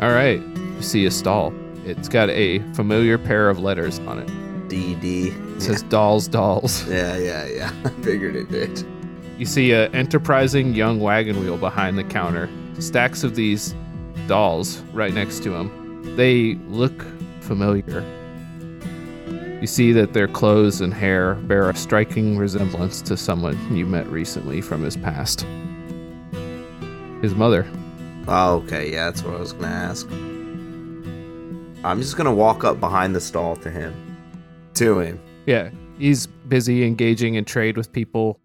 [SPEAKER 2] All right, you see a stall. It's got a familiar pair of letters on it.
[SPEAKER 4] DD.
[SPEAKER 2] It says Dolls Dolls.
[SPEAKER 4] Yeah, yeah, yeah. I figured it did.
[SPEAKER 2] You see a enterprising young wagon wheel behind the counter. Stacks of these dolls right next to him. They look familiar. You see that their clothes and hair bear a striking resemblance to someone you met recently from his past. His mother.
[SPEAKER 4] Oh, okay, yeah, that's what I was gonna ask. I'm just gonna walk up behind the stall to him. To him.
[SPEAKER 2] Yeah, he's busy engaging in trade with people,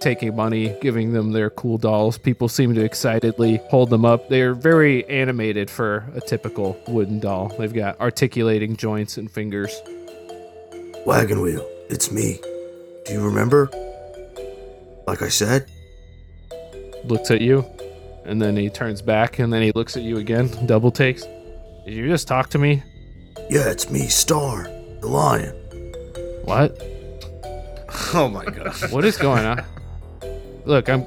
[SPEAKER 2] taking money, giving them their cool dolls. People seem to excitedly hold them up. They're very animated for a typical wooden doll. They've got articulating joints and fingers.
[SPEAKER 7] Wagon wheel, it's me. Do you remember? Like I said,
[SPEAKER 2] Looks at you, and then he turns back, and then he looks at you again. Double takes. Did you just talk to me?
[SPEAKER 7] yeah, it's me, Star, the lion.
[SPEAKER 2] What?
[SPEAKER 4] Oh my god.
[SPEAKER 2] What is going on? Look, I'm.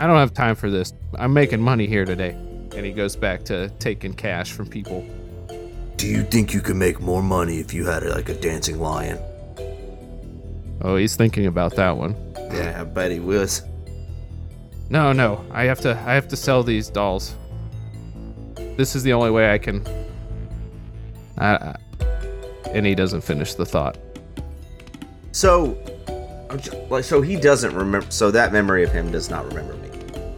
[SPEAKER 2] I don't have time for this. I'm making money here today. And he goes back to taking cash from people.
[SPEAKER 7] Do you think you could make more money if you had like a dancing lion?
[SPEAKER 2] Oh, he's thinking about that one.
[SPEAKER 4] Yeah, I bet he was.
[SPEAKER 2] No, no. I have to I have to sell these dolls. This is the only way I can I, I and he doesn't finish the thought.
[SPEAKER 4] So, I'm ju- like, so he doesn't remember. So that memory of him does not remember me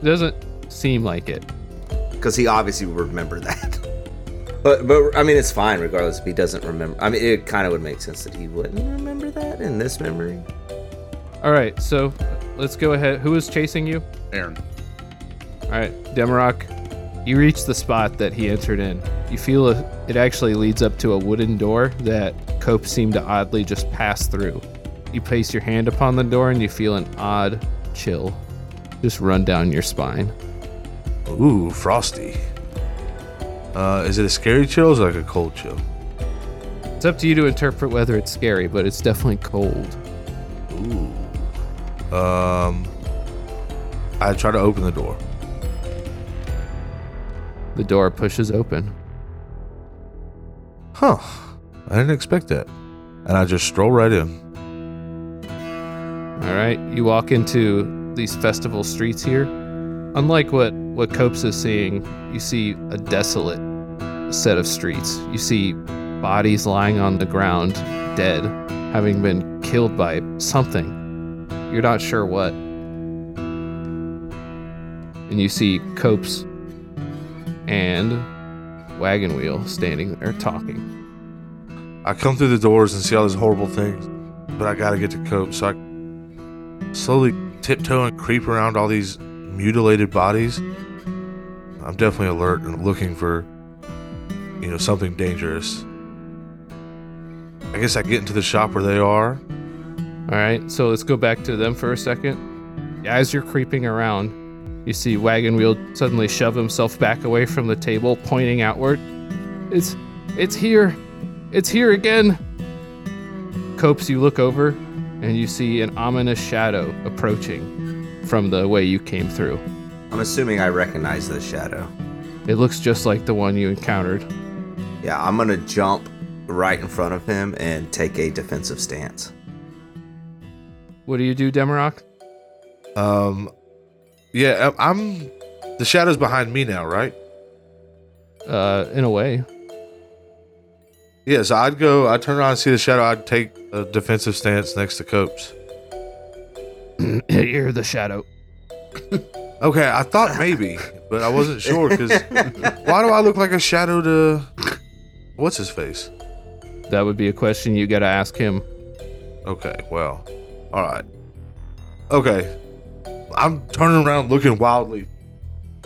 [SPEAKER 2] Doesn't seem like it.
[SPEAKER 4] because he obviously would remember that. But, but I mean, it's fine regardless if he doesn't remember. I mean, it kind of would make sense that he wouldn't remember that in this memory.
[SPEAKER 2] All right, so let's go ahead. Who is chasing you?
[SPEAKER 1] Aaron.
[SPEAKER 2] All right, Demarok, you reach the spot that he entered in. You feel a, it actually leads up to a wooden door that Cope seemed to oddly just pass through. You place your hand upon the door and you feel an odd chill just run down your spine.
[SPEAKER 3] Ooh, frosty. Uh, is it a scary chill or is it like a cold chill?
[SPEAKER 2] It's up to you to interpret whether it's scary, but it's definitely cold.
[SPEAKER 3] Um, I try to open the door.
[SPEAKER 2] The door pushes open.
[SPEAKER 3] Huh. I didn't expect that. And I just stroll right in.
[SPEAKER 2] All right, you walk into these festival streets here. Unlike what what Copes is seeing, you see a desolate set of streets. You see bodies lying on the ground, dead, having been killed by something. You're not sure what. And you see Copes and Wagon Wheel standing there talking.
[SPEAKER 3] I come through the doors and see all these horrible things, but I gotta get to cope. So I slowly tiptoe and creep around all these mutilated bodies. I'm definitely alert and looking for, you know, something dangerous. I guess I get into the shop where they are.
[SPEAKER 2] All right, so let's go back to them for a second. As you're creeping around, you see Wagon Wheel suddenly shove himself back away from the table, pointing outward. It's, it's here, it's here again. Copes, you look over, and you see an ominous shadow approaching from the way you came through.
[SPEAKER 4] I'm assuming I recognize the shadow.
[SPEAKER 2] It looks just like the one you encountered.
[SPEAKER 4] Yeah, I'm gonna jump right in front of him and take a defensive stance.
[SPEAKER 2] What do you do, Demarok?
[SPEAKER 3] Um, yeah, I- I'm. The shadow's behind me now, right?
[SPEAKER 2] Uh, in a way,
[SPEAKER 3] Yeah, so I'd go. I turn around and see the shadow. I'd take a defensive stance next to Copes.
[SPEAKER 2] you're the shadow.
[SPEAKER 3] Okay, I thought maybe, but I wasn't sure because why do I look like a shadow to what's his face?
[SPEAKER 2] That would be a question you gotta ask him.
[SPEAKER 3] Okay, well, all right, okay. I'm turning around looking wildly,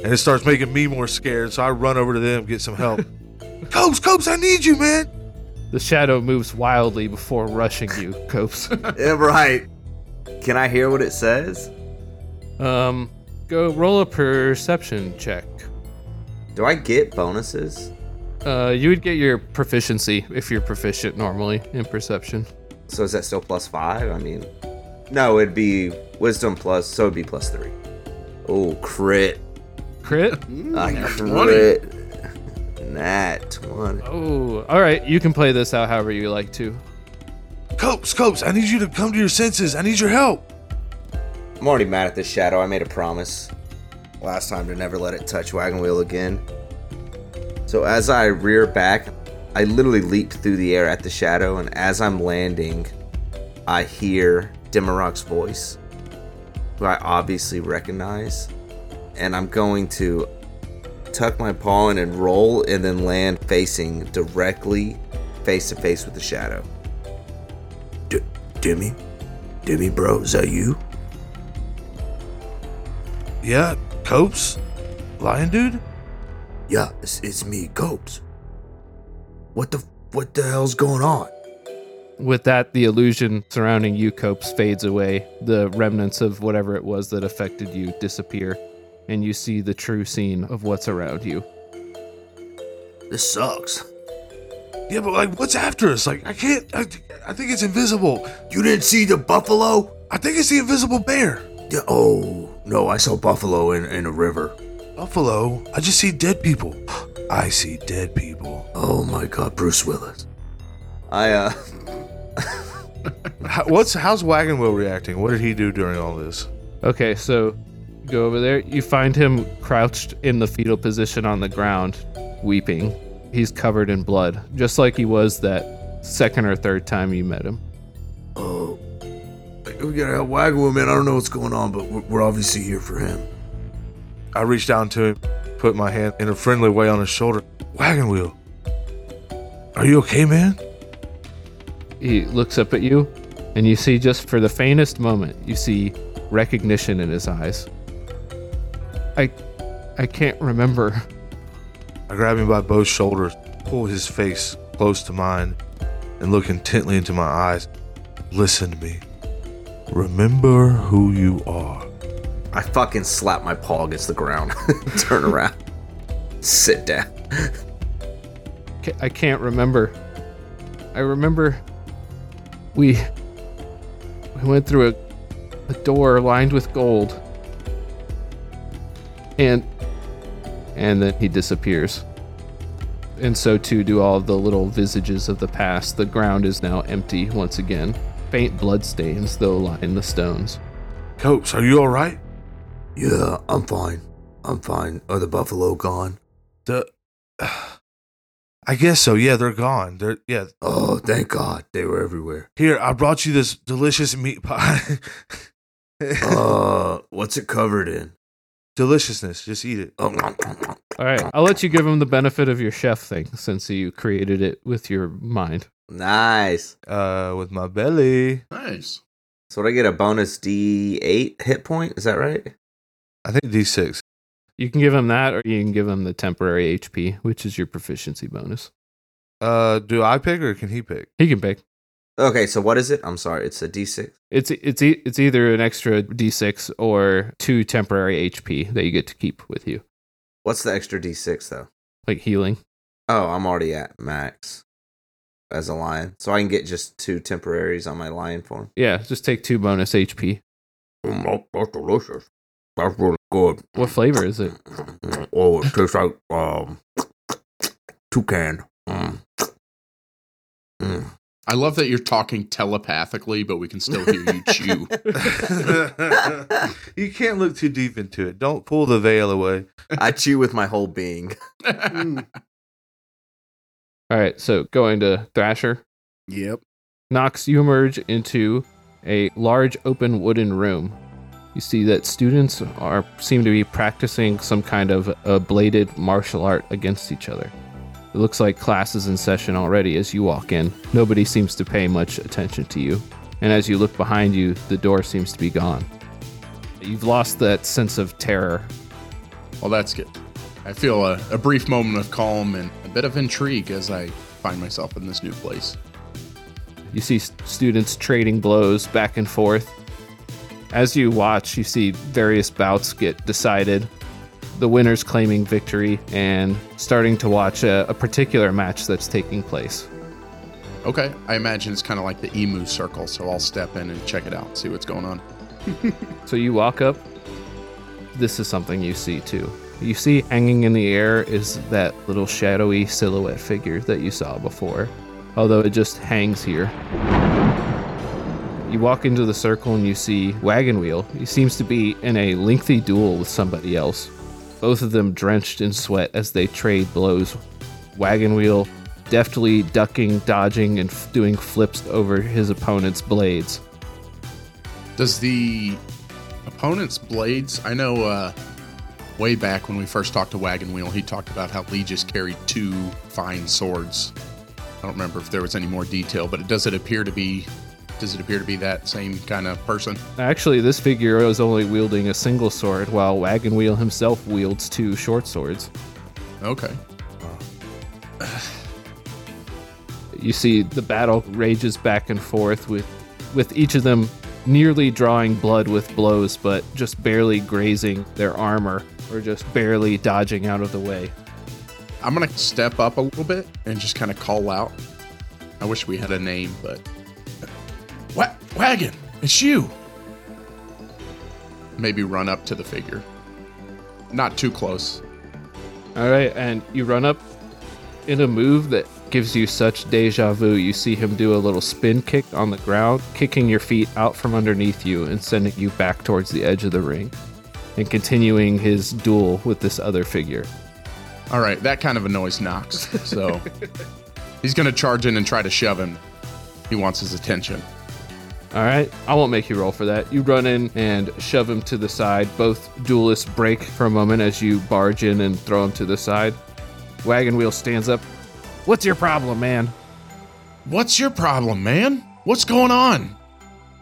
[SPEAKER 3] and it starts making me more scared. So I run over to them, get some help. Copes, Copes, I need you, man.
[SPEAKER 2] The shadow moves wildly before rushing you, Copes.
[SPEAKER 4] Yeah, right. Can I hear what it says?
[SPEAKER 2] um, go roll a perception check.
[SPEAKER 4] Do I get bonuses?
[SPEAKER 2] Uh, you would get your proficiency if you're proficient normally in perception.
[SPEAKER 4] So is that still plus five? I mean, no, it'd be wisdom plus, so it'd be plus three. Oh, crit.
[SPEAKER 2] Crit?
[SPEAKER 4] A crit. Nat 20.
[SPEAKER 2] Oh, all right. You can play this out however you like to.
[SPEAKER 3] Copes, Copes, I need you to come to your senses. I need your help.
[SPEAKER 4] I'm already mad at this shadow. I made a promise last time to never let it touch Wagon Wheel again. So as I rear back, I literally leap through the air at the shadow, and as I'm landing, I hear Demarok's voice, who I obviously recognize, and I'm going to tuck my paw in and roll, and then land facing directly face to face with the shadow.
[SPEAKER 7] D- Demi? Demi, bro, is that you?
[SPEAKER 3] Yeah, Copes, lion dude.
[SPEAKER 7] Yeah, it's, it's me, Copes. What the what the hell's going on?
[SPEAKER 2] With that, the illusion surrounding you, Copes, fades away. The remnants of whatever it was that affected you disappear, and you see the true scene of what's around you.
[SPEAKER 7] This sucks.
[SPEAKER 3] Yeah, but like, what's after us? Like, I can't. I, th- I think it's invisible.
[SPEAKER 7] You didn't see the buffalo?
[SPEAKER 3] I think it's the invisible bear.
[SPEAKER 7] Yeah, oh, no, I saw buffalo in, in a river.
[SPEAKER 3] Buffalo. I just see dead people. I see dead people.
[SPEAKER 7] Oh my god, Bruce Willis.
[SPEAKER 4] I uh,
[SPEAKER 3] How, what's how's Wagon Wheel reacting? What did he do during all this?
[SPEAKER 2] Okay, so you go over there. You find him crouched in the fetal position on the ground, weeping. He's covered in blood, just like he was that second or third time you met him.
[SPEAKER 7] Oh, we gotta help Wagon Wheel, man. I don't know what's going on, but we're, we're obviously here for him.
[SPEAKER 3] I reached down to him, put my hand in a friendly way on his shoulder. Wagon Wheel, are you okay, man?
[SPEAKER 2] He looks up at you, and you see just for the faintest moment, you see recognition in his eyes. I I can't remember.
[SPEAKER 3] I grab him by both shoulders, pull his face close to mine, and look intently into my eyes. Listen to me. Remember who you are.
[SPEAKER 4] I fucking slap my paw against the ground. Turn around. Sit down.
[SPEAKER 2] Ca- I can't remember. I remember we we went through a, a door lined with gold. And and then he disappears. And so too do all the little visages of the past. The ground is now empty once again. Faint bloodstains though line the stones.
[SPEAKER 3] Copes, are you all right?
[SPEAKER 7] Yeah, I'm fine. I'm fine. Are the buffalo gone?
[SPEAKER 3] The, I guess so. Yeah, they're gone. They're yeah.
[SPEAKER 7] Oh, thank God. They were everywhere.
[SPEAKER 3] Here, I brought you this delicious meat pie.
[SPEAKER 7] Uh, what's it covered in?
[SPEAKER 3] Deliciousness. Just eat it.
[SPEAKER 7] Oh,
[SPEAKER 2] All right, I'll let you give him the benefit of your chef thing since you created it with your mind.
[SPEAKER 4] Nice.
[SPEAKER 3] Uh, with my belly.
[SPEAKER 1] Nice.
[SPEAKER 4] So would I get a bonus D8 hit point? Is that right?
[SPEAKER 3] I think D six.
[SPEAKER 2] You can give him that or you can give him the temporary HP, which is your proficiency bonus.
[SPEAKER 3] Uh, do I pick or can he pick?
[SPEAKER 2] He can pick.
[SPEAKER 4] Okay, so what is it? I'm sorry, it's a D6.
[SPEAKER 2] It's it's e- it's either an extra d6 or two temporary HP that you get to keep with you,
[SPEAKER 4] What's the extra D6 though?
[SPEAKER 2] like healing.
[SPEAKER 4] Oh, I'm already at max as a lion, so I can get just two temporaries on my lion form.
[SPEAKER 2] Yeah, just take two bonus HP.
[SPEAKER 7] mm, that's delicious. That's really good.
[SPEAKER 2] What flavor is it?
[SPEAKER 7] Oh, it tastes like um toucan. Mm. Mm.
[SPEAKER 1] I love that you're talking telepathically, but we can still hear
[SPEAKER 7] E
[SPEAKER 1] you chew.
[SPEAKER 3] you can't look too deep into it. Don't pull the veil away.
[SPEAKER 4] I chew with my whole being.
[SPEAKER 6] Mm.
[SPEAKER 2] All right, so going to Thrasher.
[SPEAKER 6] Yep.
[SPEAKER 2] Knox, you emerge into a large open wooden room. You see that students are seem to be practicing some kind of a bladed martial art against each other. It looks like class is in session already as you walk in. Nobody seems to pay much attention to you. And as you look behind you, the door seems to be gone. You've lost that sense of terror.
[SPEAKER 1] Well, that's good. I feel a, a brief moment of calm and a bit of intrigue as I find myself in this new place.
[SPEAKER 2] You see s- students trading blows back and forth. As you watch, you see various bouts get decided, the winners claiming victory, and starting to watch a, a particular match that's taking place.
[SPEAKER 1] Okay, I imagine it's kind of like the emu circle, so I'll step in and check it out, see what's going on.
[SPEAKER 2] So you walk up. This is something you see too. You see hanging in the air is that little shadowy silhouette figure that you saw before, although it just hangs here. You walk into the circle and you see Wagon Wheel. He seems to be in a lengthy duel with somebody else, both of them drenched in sweat as they trade blows. Wagon Wheel deftly ducking, dodging, and f- doing flips over his opponent's blades.
[SPEAKER 1] Does the opponent's blades? I know uh, way back when we first talked to Wagon Wheel, he talked about how Lee just carried two fine swords. I don't remember if there was any more detail, but it does it appear to be does it appear to be that same kind of person?
[SPEAKER 2] Actually, this figure is only wielding a single sword, while Wagon Wheel himself wields two short swords.
[SPEAKER 1] Okay.
[SPEAKER 2] You see, the battle rages back and forth, with, with each of them nearly drawing blood with blows, but just barely grazing their armor or just barely dodging out of the way.
[SPEAKER 1] I'm gonna step up a little bit and just kind of call out. I wish we had a name, but Wa- wagon, it's you. Maybe run up to the figure. Not too close.
[SPEAKER 2] All right, and you run up in a move that gives you such deja vu. You see him do a little spin kick on the ground, kicking your feet out from underneath you and sending you back towards the edge of the ring, and continuing his duel with this other figure.
[SPEAKER 1] All right, that kind of annoys Knox. So he's gonna charge in and try to shove him. He wants his attention.
[SPEAKER 2] All right, I won't make you roll for that. You run in and shove him to the side. Both duelists break for a moment as you barge in and throw him to the side. Wagon Wheel stands up. What's your problem, man?
[SPEAKER 1] What's your problem, man? What's going on?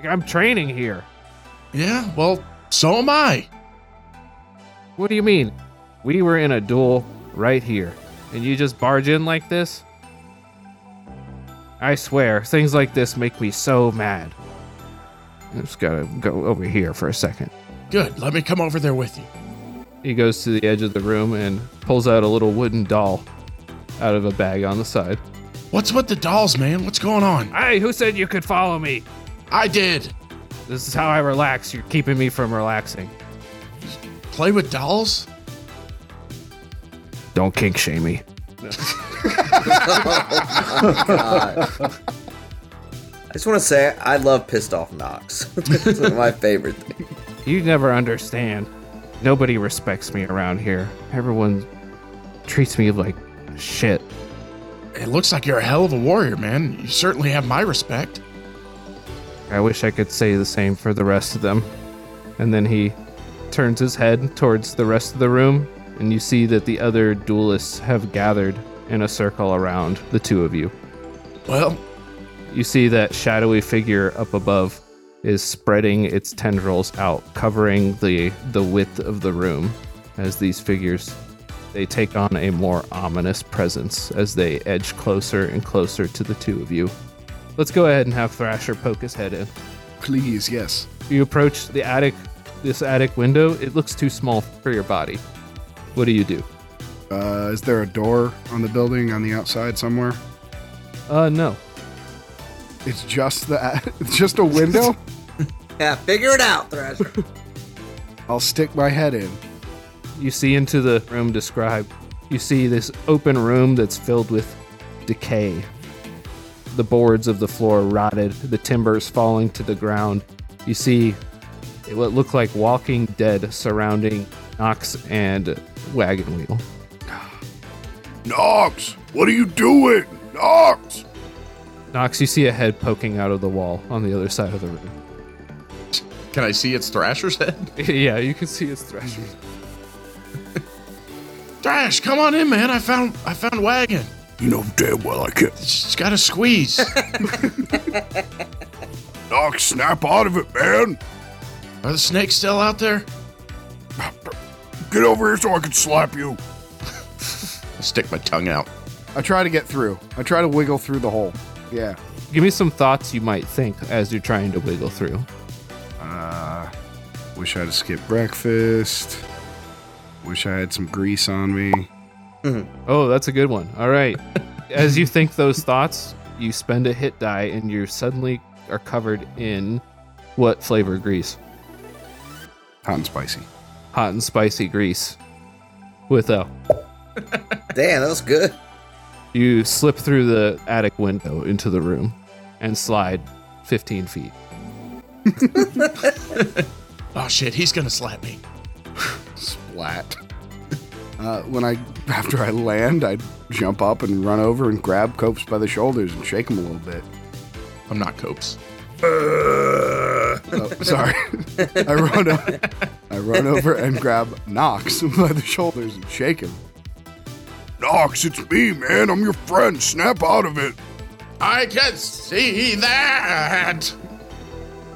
[SPEAKER 2] I'm training here.
[SPEAKER 1] Yeah, well, so am I.
[SPEAKER 2] What do you mean? We were in a duel right here, and you just barge in like this? I swear, things like this make me so mad. I just gotta go over here for a second.
[SPEAKER 1] Good, let me come over there with you.
[SPEAKER 2] He goes to the edge of the room and pulls out a little wooden doll out of a bag on the side.
[SPEAKER 1] What's with the dolls, man? What's going on?
[SPEAKER 2] Hey, who said you could follow me?
[SPEAKER 1] I did.
[SPEAKER 2] This is how I relax. You're keeping me from relaxing.
[SPEAKER 1] Play with dolls?
[SPEAKER 2] Don't kink shame me.
[SPEAKER 4] I just want to say I love pissed off Knox. it's one of my favorite things.
[SPEAKER 2] You never understand. Nobody respects me around here. Everyone treats me like shit.
[SPEAKER 1] It looks like you're a hell of a warrior, man. You certainly have my respect.
[SPEAKER 2] I wish I could say the same for the rest of them. And then he turns his head towards the rest of the room, and you see that the other duelists have gathered in a circle around the two of you.
[SPEAKER 1] Well,
[SPEAKER 2] You see that shadowy figure up above is spreading its tendrils out, covering the the width of the room as these figures they take on a more ominous presence as they edge closer and closer to the two of you. Let's go ahead and have Thrasher poke his head in.
[SPEAKER 6] Please, yes.
[SPEAKER 2] You approach the attic this attic window, it looks too small for your body. What do you do?
[SPEAKER 6] Uh, is there a door on the building on the outside somewhere?
[SPEAKER 2] Uh no.
[SPEAKER 6] It's just the it's just a window.
[SPEAKER 4] Yeah, figure it out, Thrasher.
[SPEAKER 6] I'll stick my head in.
[SPEAKER 2] you see into the room described. You see this open room that's filled with decay. The boards of the floor rotted, the timbers falling to the ground. You see what look like walking dead surrounding Knox and Wagon Wheel.
[SPEAKER 8] Knox, what are you doing? Knox!
[SPEAKER 2] Knox, you see a head poking out of the wall on the other side of the room.
[SPEAKER 1] can I see it's Thrasher's head?
[SPEAKER 2] yeah, you can see its thrashing.
[SPEAKER 1] Thrash, come on in, man. I found I found wagon.
[SPEAKER 8] You know damn well I can't.
[SPEAKER 1] It's got a squeeze.
[SPEAKER 8] Knox, snap out of it, man!
[SPEAKER 1] Are the snakes still out there?
[SPEAKER 8] Get over here so I can slap you!
[SPEAKER 1] I stick my tongue out.
[SPEAKER 6] I try to get through. I try to wiggle through the hole. Yeah.
[SPEAKER 2] Give me some thoughts you might think as you're trying to wiggle through.
[SPEAKER 6] Uh, wish I'd have skipped breakfast. Wish I had some grease on me.
[SPEAKER 2] Oh, that's a good one. All right. As you think those thoughts, you spend a hit die and you suddenly are covered in what flavor grease?
[SPEAKER 6] Hot and spicy.
[SPEAKER 2] Hot and spicy grease. With a
[SPEAKER 4] Damn, that was good.
[SPEAKER 2] you slip through the attic window into the room and slide 15 feet.
[SPEAKER 1] Oh shit, he's gonna slap me.
[SPEAKER 6] Flat. Uh, when I after I land, I jump up and run over and grab Copes by the shoulders and shake him a little bit.
[SPEAKER 1] I'm not Copes.
[SPEAKER 6] Oh, sorry. I run up. I run over and grab Knox by the shoulders and shake him.
[SPEAKER 8] Knox, it's me, man. I'm your friend. Snap out of it.
[SPEAKER 1] I can see that.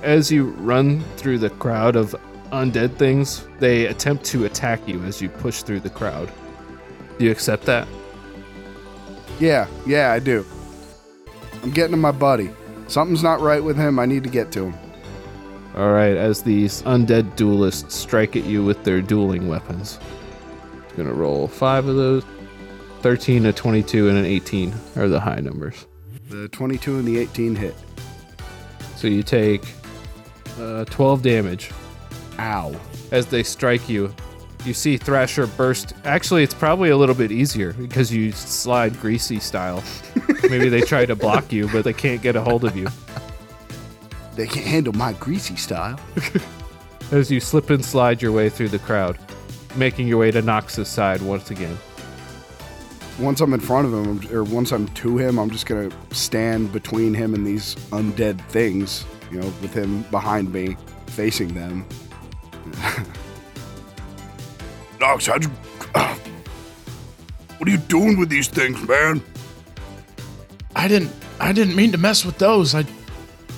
[SPEAKER 2] As you run through the crowd of undead things, they attempt to attack you as you push through the crowd. Do you accept that?
[SPEAKER 6] Yeah, yeah, I do. I'm getting to my buddy. Something's not right with him. I need to get to him.
[SPEAKER 2] All right, as these undead duelists strike at you with their dueling weapons. Gonna roll five of those. 13, a 22, and an 18 are the high numbers.
[SPEAKER 6] The 22 and the 18 hit.
[SPEAKER 2] So you take uh, 12 damage
[SPEAKER 6] Ow.
[SPEAKER 2] as they strike you. You see Thrasher burst. Actually, it's probably a little bit easier because you slide greasy style. Maybe they try to block you, but they can't get a hold of you.
[SPEAKER 6] They can't handle my greasy style.
[SPEAKER 2] As you slip and slide your way through the crowd, making your way to Nox's side once again.
[SPEAKER 6] Once I'm in front of him, or once I'm to him, I'm just gonna stand between him and these undead things. You know, with him behind me, facing them.
[SPEAKER 8] Knox, how'd you. ah. What are you doing with these things, man?
[SPEAKER 1] I didn't I didn't mean to mess with those. I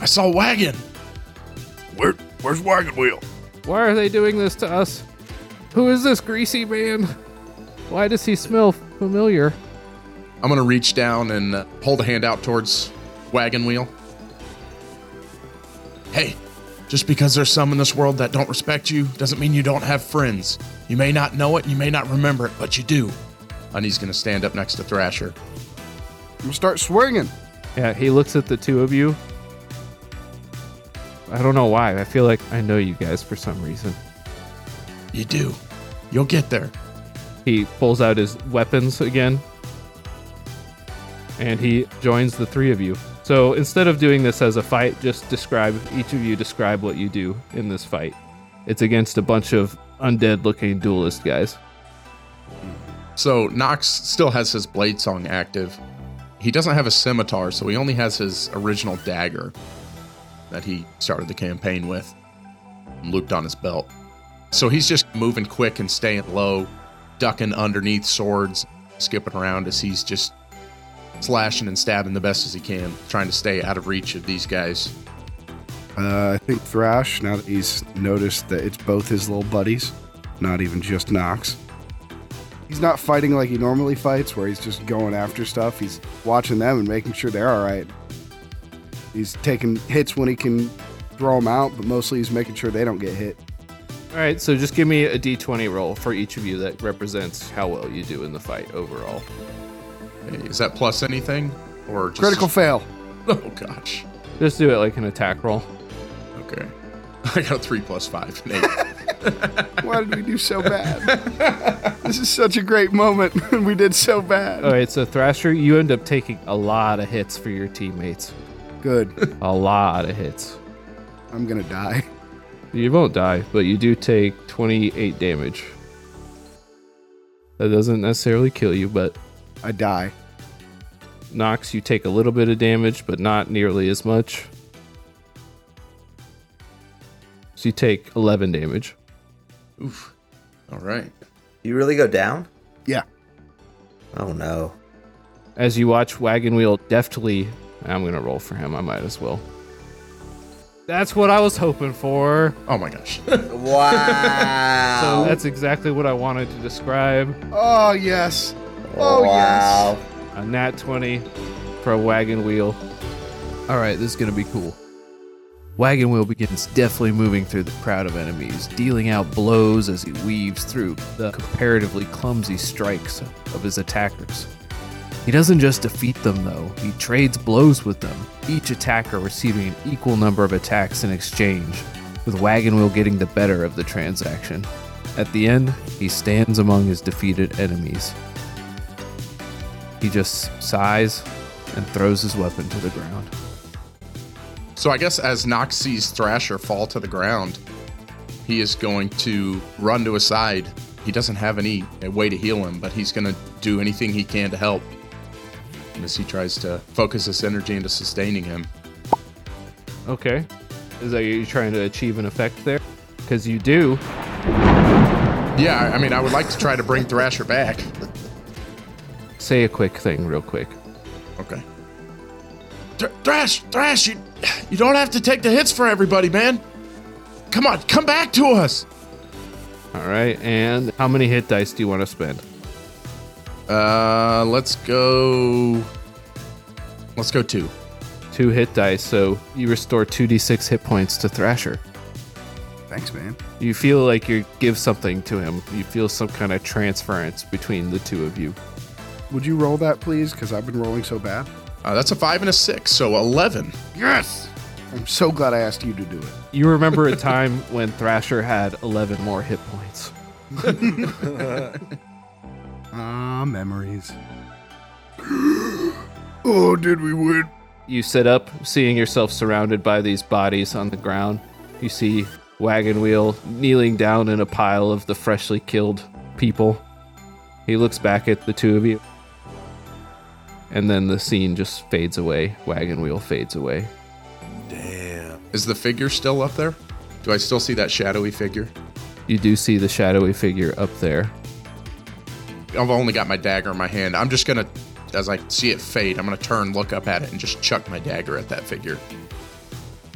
[SPEAKER 1] I saw wagon.
[SPEAKER 8] Where, where's Wagon Wheel?
[SPEAKER 2] Why are they doing this to us? Who is this greasy man? Why does he smell familiar?
[SPEAKER 1] I'm gonna reach down and uh, hold a hand out towards wagon wheel. Hey, just because there's some in this world that don't respect you doesn't mean you don't have friends. You may not know it, you may not remember it, but you do. And he's gonna stand up next to Thrasher.
[SPEAKER 6] I'm gonna start swinging.
[SPEAKER 2] Yeah, he looks at the two of you. I don't know why. I feel like I know you guys for some reason.
[SPEAKER 1] You do. You'll get there.
[SPEAKER 2] He pulls out his weapons again. And he joins the three of you. So instead of doing this as a fight, just describe each of you describe what you do in this fight. It's against a bunch of undead looking duelist guys.
[SPEAKER 1] So Nox still has his blade song active. He doesn't have a scimitar, so he only has his original dagger that he started the campaign with, and looped on his belt. So he's just moving quick and staying low, ducking underneath swords, skipping around as he's just slashing and stabbing the best as he can, trying to stay out of reach of these guys.
[SPEAKER 6] Uh, I think Thrash, now that he's noticed that it's both his little buddies, not even just Knox, he's not fighting like he normally fights, where he's just going after stuff. He's watching them and making sure they're all right. He's taking hits when he can throw them out, but mostly he's making sure they don't get hit.
[SPEAKER 2] All right, so just give me a d20 roll for each of you that represents how well you do in the fight overall.
[SPEAKER 1] Is that plus anything? Or just
[SPEAKER 6] Critical fail.
[SPEAKER 1] Oh gosh.
[SPEAKER 2] Just do it like an attack roll.
[SPEAKER 1] Okay. I got a three plus five. an eight.
[SPEAKER 6] Why did we do so bad? this is such a great moment when we did so bad.
[SPEAKER 2] All right, so Thrasher, you end up taking a lot of hits for your teammates.
[SPEAKER 6] Good.
[SPEAKER 2] A lot of hits.
[SPEAKER 6] I'm gonna die.
[SPEAKER 2] You won't die, but you do take 28 damage. That doesn't necessarily kill you, but
[SPEAKER 6] I die.
[SPEAKER 2] Nox, you take a little bit of damage, but not nearly as much. So you take 11 damage.
[SPEAKER 1] All right.
[SPEAKER 4] You really go down?
[SPEAKER 6] Yeah.
[SPEAKER 4] Oh no.
[SPEAKER 2] As you watch Wagon Wheel deftly, I'm going to roll for him. I might as well. That's what I was hoping for.
[SPEAKER 1] Oh my gosh.
[SPEAKER 4] Wow.
[SPEAKER 2] So that's exactly what I wanted to describe.
[SPEAKER 6] Oh yes. Oh yes.
[SPEAKER 2] A nat 20 for a wagon wheel. All right, this is going to be cool. Wagon Wheel begins deftly moving through the crowd of enemies, dealing out blows as he weaves through the comparatively clumsy strikes of his attackers. He doesn't just defeat them, though, he trades blows with them, each attacker receiving an equal number of attacks in exchange, with Wagon Wheel getting the better of the transaction. At the end, he stands among his defeated enemies, he just sighs and throws his weapon to the ground.
[SPEAKER 1] So I guess as Nox sees Thrasher fall to the ground, he is going to run to his side. He doesn't have any a way to heal him, but he's going to do anything he can to help. And As he tries to focus his energy into sustaining him.
[SPEAKER 2] Okay. Is that you trying to achieve an effect there? Because you do.
[SPEAKER 1] Yeah, I- I mean, I would like to try to bring Thrasher back.
[SPEAKER 2] Say a quick thing, real quick.
[SPEAKER 1] Okay. Thr- Thrash, Thrash, you, you don't have to take the hits for everybody, man. Come on, come back to us.
[SPEAKER 2] All right. And how many hit dice do you want to spend?
[SPEAKER 1] Uh, let's go. Let's go two.
[SPEAKER 2] Two hit dice, so you restore 2d6 hit points to Thrasher.
[SPEAKER 6] Thanks, man.
[SPEAKER 2] You feel like you give something to him. You feel some kind of transference between the two of you.
[SPEAKER 6] Would you roll that, please? Because I've been rolling so bad.
[SPEAKER 1] Uh, that's a five and a six, so 11.
[SPEAKER 8] Yes!
[SPEAKER 6] I'm so glad I asked you to do it.
[SPEAKER 2] You remember a time when Thrasher had 11 more hit points.
[SPEAKER 6] Ah, memories.
[SPEAKER 8] Oh, did we win?
[SPEAKER 2] You sit up, seeing yourself surrounded by these bodies on the ground. You see Wagon Wheel kneeling down in a pile of the freshly killed people. He looks back at the two of you. And then the scene just fades away. Wagon Wheel fades away.
[SPEAKER 1] Is the figure still up there? Do I still see that shadowy figure?
[SPEAKER 2] You do see the shadowy figure up there.
[SPEAKER 1] I've only got my dagger in my hand. I'm just gonna, as I see it fade, I'm gonna turn, look up at it, and just chuck my dagger at that figure.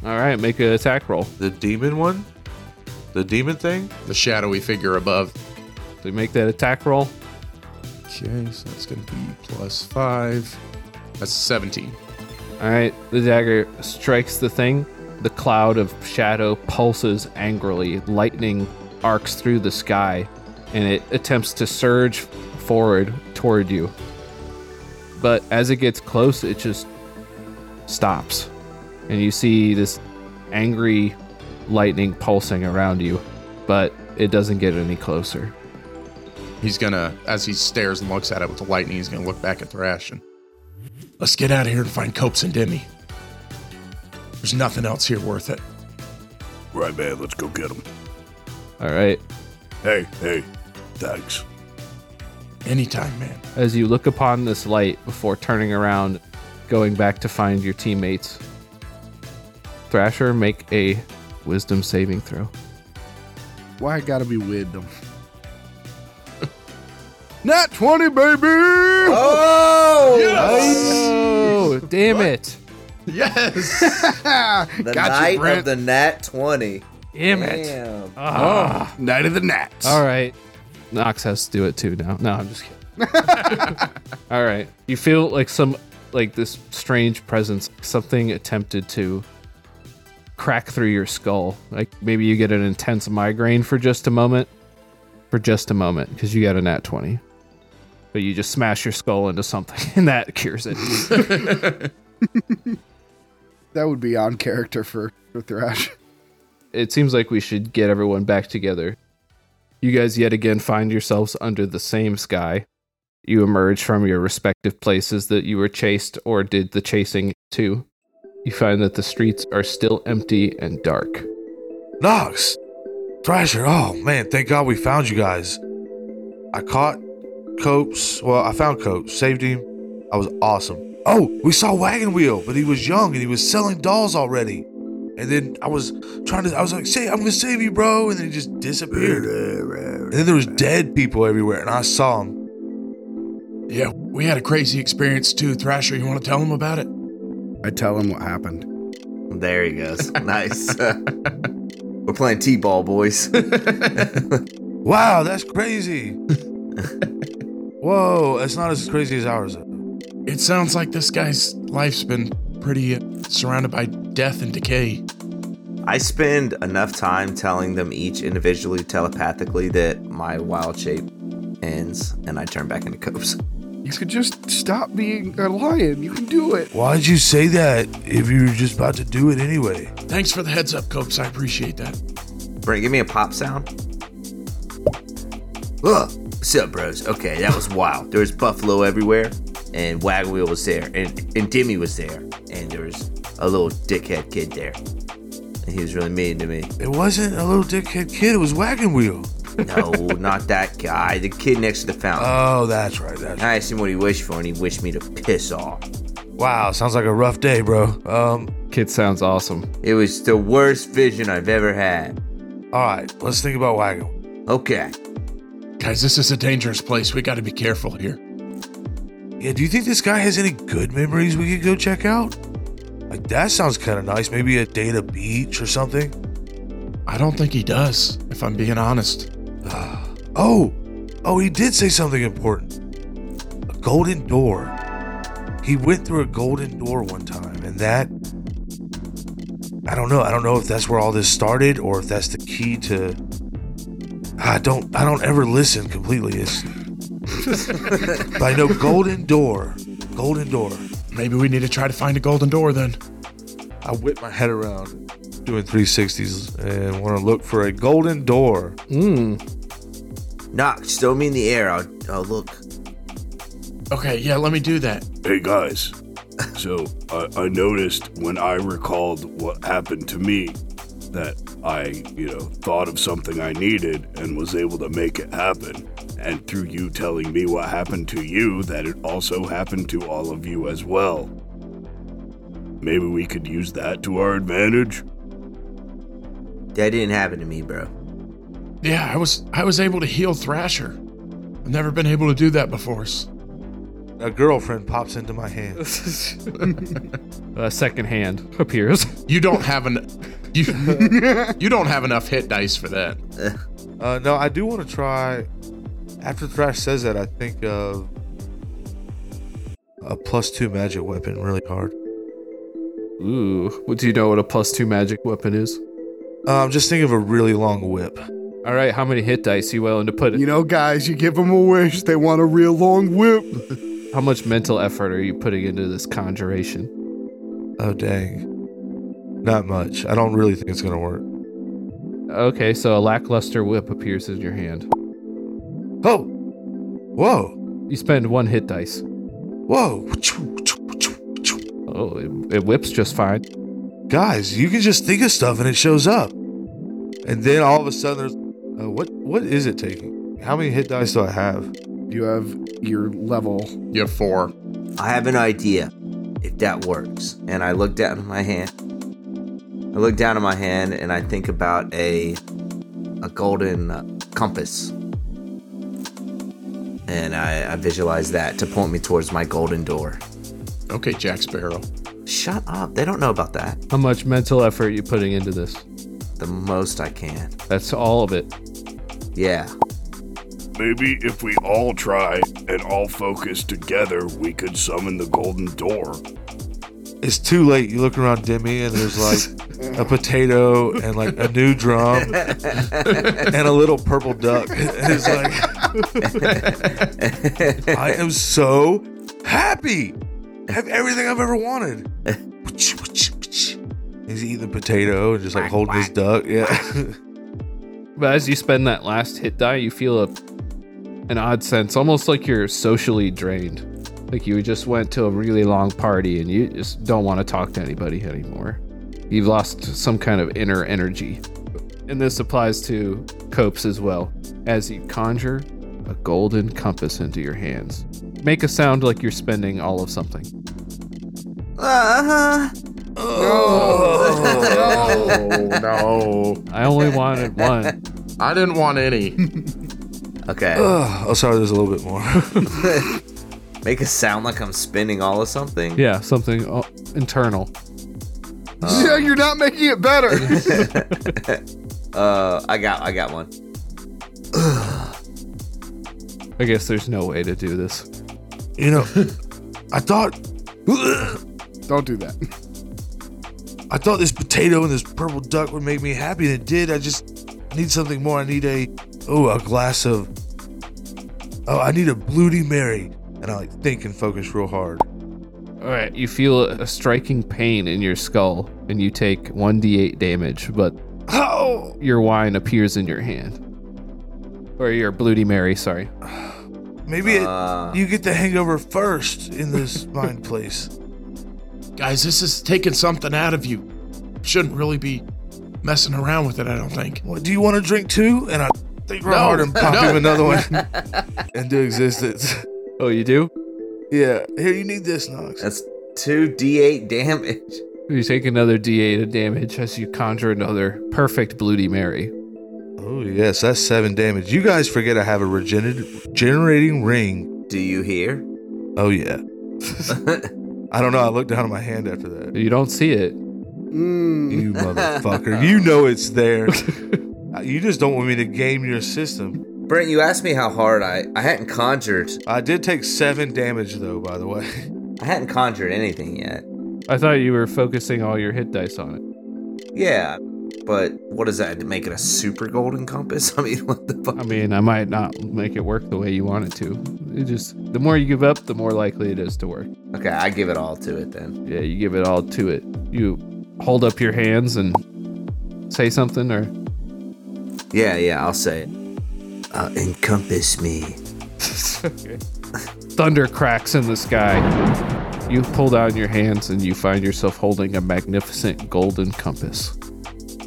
[SPEAKER 2] All right, make an attack roll.
[SPEAKER 3] The demon one? The demon thing?
[SPEAKER 1] The shadowy figure above.
[SPEAKER 2] So you make that attack roll.
[SPEAKER 1] Okay, so that's gonna be plus five. That's 17.
[SPEAKER 2] All right, the dagger strikes the thing. The cloud of shadow pulses angrily. Lightning arcs through the sky, and it attempts to surge forward toward you. But as it gets close, it just stops. And you see this angry lightning pulsing around you, but it doesn't get any closer.
[SPEAKER 1] He's gonna, as he stares and looks at it with the lightning, he's gonna look back at Thrash and let's get out of here and find Copes and Demi. There's nothing else here worth it.
[SPEAKER 8] Right, man, let's go get him.
[SPEAKER 2] All right,
[SPEAKER 8] Hey, hey, thanks.
[SPEAKER 1] Anytime, man.
[SPEAKER 2] as you look upon this light before turning around, going back to find your teammates. Thrasher, make a wisdom saving throw.
[SPEAKER 6] Why I gotta be with them? Not 20, baby!
[SPEAKER 2] Oh, damn it.
[SPEAKER 1] Yes!
[SPEAKER 4] The
[SPEAKER 6] Gotcha,
[SPEAKER 4] night
[SPEAKER 6] Brent.
[SPEAKER 4] of the nat 20.
[SPEAKER 2] Damn it.
[SPEAKER 4] Damn.
[SPEAKER 2] Ah.
[SPEAKER 6] Night of the Nats.
[SPEAKER 2] All right. Knox has to do it too now. No, I'm just kidding. All right. You feel like some, like this strange presence, something attempted to crack through your skull. Like maybe you get an intense migraine for just a moment. For just a moment, because you got a nat 20. But you just smash your skull into something and that cures it.
[SPEAKER 6] That would be on character for, for Thrash.
[SPEAKER 2] it seems like we should get everyone back together. You guys yet again find yourselves under the same sky. You emerge from your respective places that you were chased or did the chasing to. You find that the streets are still empty and dark.
[SPEAKER 3] Knox! Thrasher, oh man, thank God we found you guys. I caught Copes. Well, I found Copes, saved him. I was awesome. Oh, we saw Wagon Wheel, but he was young and he was selling dolls already. And then I was trying to, I was like, say, I'm gonna save you, bro. And then he just disappeared. And then there was dead people everywhere, and I saw him.
[SPEAKER 1] yeah, we had a crazy experience too, Thrasher. You wanna tell him about it?
[SPEAKER 6] I tell him what happened.
[SPEAKER 4] There he goes. Nice. We're playing T ball, boys.
[SPEAKER 3] Wow, that's crazy. Whoa, it's not as crazy as ours.
[SPEAKER 1] It sounds like this guy's life's been pretty uh, surrounded by death and decay.
[SPEAKER 4] I spend enough time telling them each individually telepathically that my wild shape ends and I turn back into Copes.
[SPEAKER 6] You could just stop being a lion. You can do it.
[SPEAKER 3] Why'd you say that if you were just about to do it anyway?
[SPEAKER 1] Thanks for the heads up, Copes. I appreciate that.
[SPEAKER 4] Brent, give me a pop sound. Ugh. What's up, bros? Okay, that was wild. There was buffalo everywhere, and Wagon Wheel was there, and, and Demi was there, and there was a little dickhead kid there. And he was really mean to me.
[SPEAKER 3] It wasn't a little dickhead kid, it was Wagon Wheel.
[SPEAKER 4] No, not that guy. The kid next to the fountain.
[SPEAKER 3] Oh, that's right. That's right.
[SPEAKER 4] I asked him what he wished for, and he wished me to piss off.
[SPEAKER 3] Wow, sounds like a rough day, bro. Um,
[SPEAKER 2] Kid sounds awesome.
[SPEAKER 4] It was the worst vision I've ever had.
[SPEAKER 3] all right, let's think about Wagon.
[SPEAKER 4] Okay.
[SPEAKER 1] Guys, this is a dangerous place. We gotta be careful here.
[SPEAKER 3] Yeah, do you think this guy has any good memories we could go check out? Like that sounds kind of nice. Maybe a day to beach or something.
[SPEAKER 1] I don't think he does, if I'm being honest.
[SPEAKER 3] Oh, oh, he did say something important. A golden door. He went through a golden door one time, and that. I don't know. I don't know if that's where all this started or if that's the key to. I don't. I don't ever listen completely. It's But I know Golden Door. Golden Door.
[SPEAKER 1] Maybe we need to try to find a golden door then.
[SPEAKER 3] I whip my head around doing 360s and want to look for a golden door.
[SPEAKER 2] Mm.
[SPEAKER 4] Knock, just throw me in the air. I'll, I'll look.
[SPEAKER 1] Okay, yeah, let me do that.
[SPEAKER 8] Hey guys. So I, I noticed when I recalled what happened to me that I, you know, thought of something I needed and was able to make it happen. And through you telling me what happened to you, that it also happened to all of you as well. Maybe we could use that to our advantage.
[SPEAKER 4] That didn't happen to me, bro.
[SPEAKER 1] Yeah, I was I was able to heal Thrasher. I've never been able to do that before. s-
[SPEAKER 3] A girlfriend pops into my hand.
[SPEAKER 2] A second hand appears.
[SPEAKER 1] You don't have an you you don't have enough hit dice for that.
[SPEAKER 3] Uh, no, I do want to try. After Thrash says that, I think of a plus two magic weapon really hard.
[SPEAKER 2] Ooh. Well, Do you know what a plus two magic weapon is?
[SPEAKER 3] Uh, I'm just thinking of a really long whip.
[SPEAKER 2] All right, how many hit dice you willing to put it?
[SPEAKER 6] You know, guys, you give them a wish, they want a real long whip.
[SPEAKER 2] How much mental effort are you putting into this conjuration?
[SPEAKER 3] Oh, dang. Not much. I don't really think it's going to work.
[SPEAKER 2] Okay, so a lackluster whip appears in your hand.
[SPEAKER 3] Oh! Whoa!
[SPEAKER 2] You spend one hit dice.
[SPEAKER 3] Whoa!
[SPEAKER 2] Oh, it, it whips just fine.
[SPEAKER 3] Guys, you can just think of stuff and it shows up. And then all of a sudden, there's. Uh, what What is it taking? How many hit dice do I have?
[SPEAKER 6] You have your level.
[SPEAKER 1] You have four.
[SPEAKER 4] I have an idea if that works. And I look down at my hand. I look down at my hand and I think about a a golden uh, compass. And I, I visualize that to point me towards my golden door.
[SPEAKER 1] Okay, Jack Sparrow.
[SPEAKER 4] Shut up. They don't know about that.
[SPEAKER 2] How much mental effort are you putting into this?
[SPEAKER 4] The most I can.
[SPEAKER 2] That's all of it.
[SPEAKER 4] Yeah.
[SPEAKER 8] Maybe if we all try and all focus together, we could summon the golden door.
[SPEAKER 3] It's too late. You look around Demi and there's like a potato and like a new drum and a little purple duck. And it's like, I am so happy. I have everything I've ever wanted. He's eating the potato and just like holding his duck. Yeah.
[SPEAKER 2] But as you spend that last hit die, you feel a, an odd sense, almost like you're socially drained. Like you just went to a really long party and you just don't want to talk to anybody anymore. You've lost some kind of inner energy. And this applies to copes as well. As you conjure a golden compass into your hands, make a sound like you're spending all of something.
[SPEAKER 4] Uh-huh.
[SPEAKER 1] Oh no.
[SPEAKER 2] I only wanted one.
[SPEAKER 1] I didn't want any.
[SPEAKER 4] Okay.
[SPEAKER 3] Ugh. oh, sorry. There's a little bit more.
[SPEAKER 4] Make it sound like I'm spinning all of something.
[SPEAKER 2] Yeah, something uh, internal.
[SPEAKER 6] yeah, you're not making it better.
[SPEAKER 4] Uh, I got, I got one.
[SPEAKER 2] I guess there's no way to do this.
[SPEAKER 3] you know, I thought.
[SPEAKER 6] Don't do that.
[SPEAKER 3] I thought this potato and this purple duck would make me happy, and it did. I just need something more. I need a oh, a glass of oh, I need a Bloody Mary, and I like think and focus real hard.
[SPEAKER 2] All right, you feel a striking pain in your skull, and you take 1d8 damage, but
[SPEAKER 3] Oh,
[SPEAKER 2] your wine appears in your hand. Or your Bloody Mary, sorry.
[SPEAKER 3] maybe it,
[SPEAKER 4] Uh.
[SPEAKER 3] you get the hangover first in this mind place.
[SPEAKER 1] Guys, this is taking something out of you. Shouldn't really be messing around with it, I don't think.
[SPEAKER 3] What do you want to drink too? And I think real
[SPEAKER 1] No,
[SPEAKER 3] hard and pop
[SPEAKER 1] no.
[SPEAKER 3] him another one into existence.
[SPEAKER 2] Oh, you do?
[SPEAKER 3] yeah, here you need this, Knox.
[SPEAKER 4] That's two d8 damage.
[SPEAKER 2] You take another d8 of damage as you conjure another perfect Bloody Mary.
[SPEAKER 3] Oh yes, that's seven damage. You guys forget I have a regener- regenerating ring.
[SPEAKER 4] Do you hear?
[SPEAKER 3] Oh yeah. I don't know. I looked down at my hand after that.
[SPEAKER 2] You don't see it.
[SPEAKER 6] Mm.
[SPEAKER 3] You motherfucker. You know it's there. You just don't want me to game your system.
[SPEAKER 4] Brent, you asked me how hard I I hadn't conjured.
[SPEAKER 3] I did take seven damage though, by the way.
[SPEAKER 4] I hadn't conjured anything yet.
[SPEAKER 2] I thought you were focusing all your hit dice on it.
[SPEAKER 4] Yeah, but what is that? Make it a super golden compass? I mean, what the fuck?
[SPEAKER 2] I mean, I might not make it work the way you want it to. It just the more you give up, the more likely it is to work.
[SPEAKER 4] Okay, I give it all to it then.
[SPEAKER 2] Yeah, you give it all to it. You hold up your hands and say something or
[SPEAKER 4] Yeah, yeah, I'll say it.
[SPEAKER 7] Uh, encompass me.
[SPEAKER 2] thunder cracks in the sky. You pull down your hands and you find yourself holding a magnificent golden compass.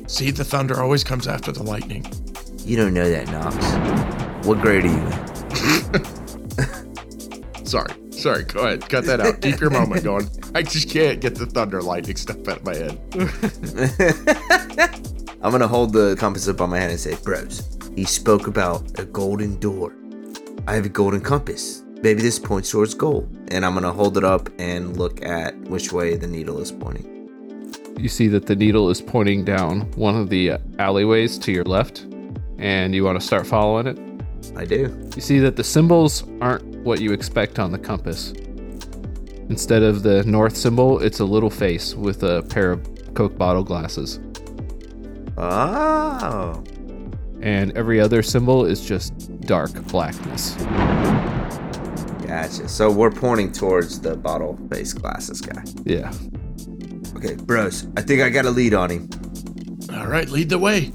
[SPEAKER 1] See, the thunder always comes after the lightning.
[SPEAKER 7] You don't know that, Knox. What grade are you in?
[SPEAKER 1] Sorry, sorry. Go ahead, cut that out. Keep your moment going. I just can't get the thunder lightning stuff out of my head.
[SPEAKER 4] I'm gonna hold the compass up on my hand and say,
[SPEAKER 7] Bros, he spoke about a golden door. I have a golden compass. Maybe this points towards gold.
[SPEAKER 4] and I'm gonna hold it up and look at which way the needle is pointing.
[SPEAKER 2] You see that the needle is pointing down one of the uh, alleyways to your left, and you want to start following it.
[SPEAKER 4] I do.
[SPEAKER 2] You see that the symbols aren't what you expect on the compass. Instead of the north symbol, it's a little face with a pair of Coke bottle glasses.
[SPEAKER 4] Oh,
[SPEAKER 2] And every other symbol is just dark blackness.
[SPEAKER 4] gotcha. So we're pointing towards the bottle face glasses guy.
[SPEAKER 2] Yeah.
[SPEAKER 4] Okay, bros, I think I got a lead on him.
[SPEAKER 1] All right, lead the way.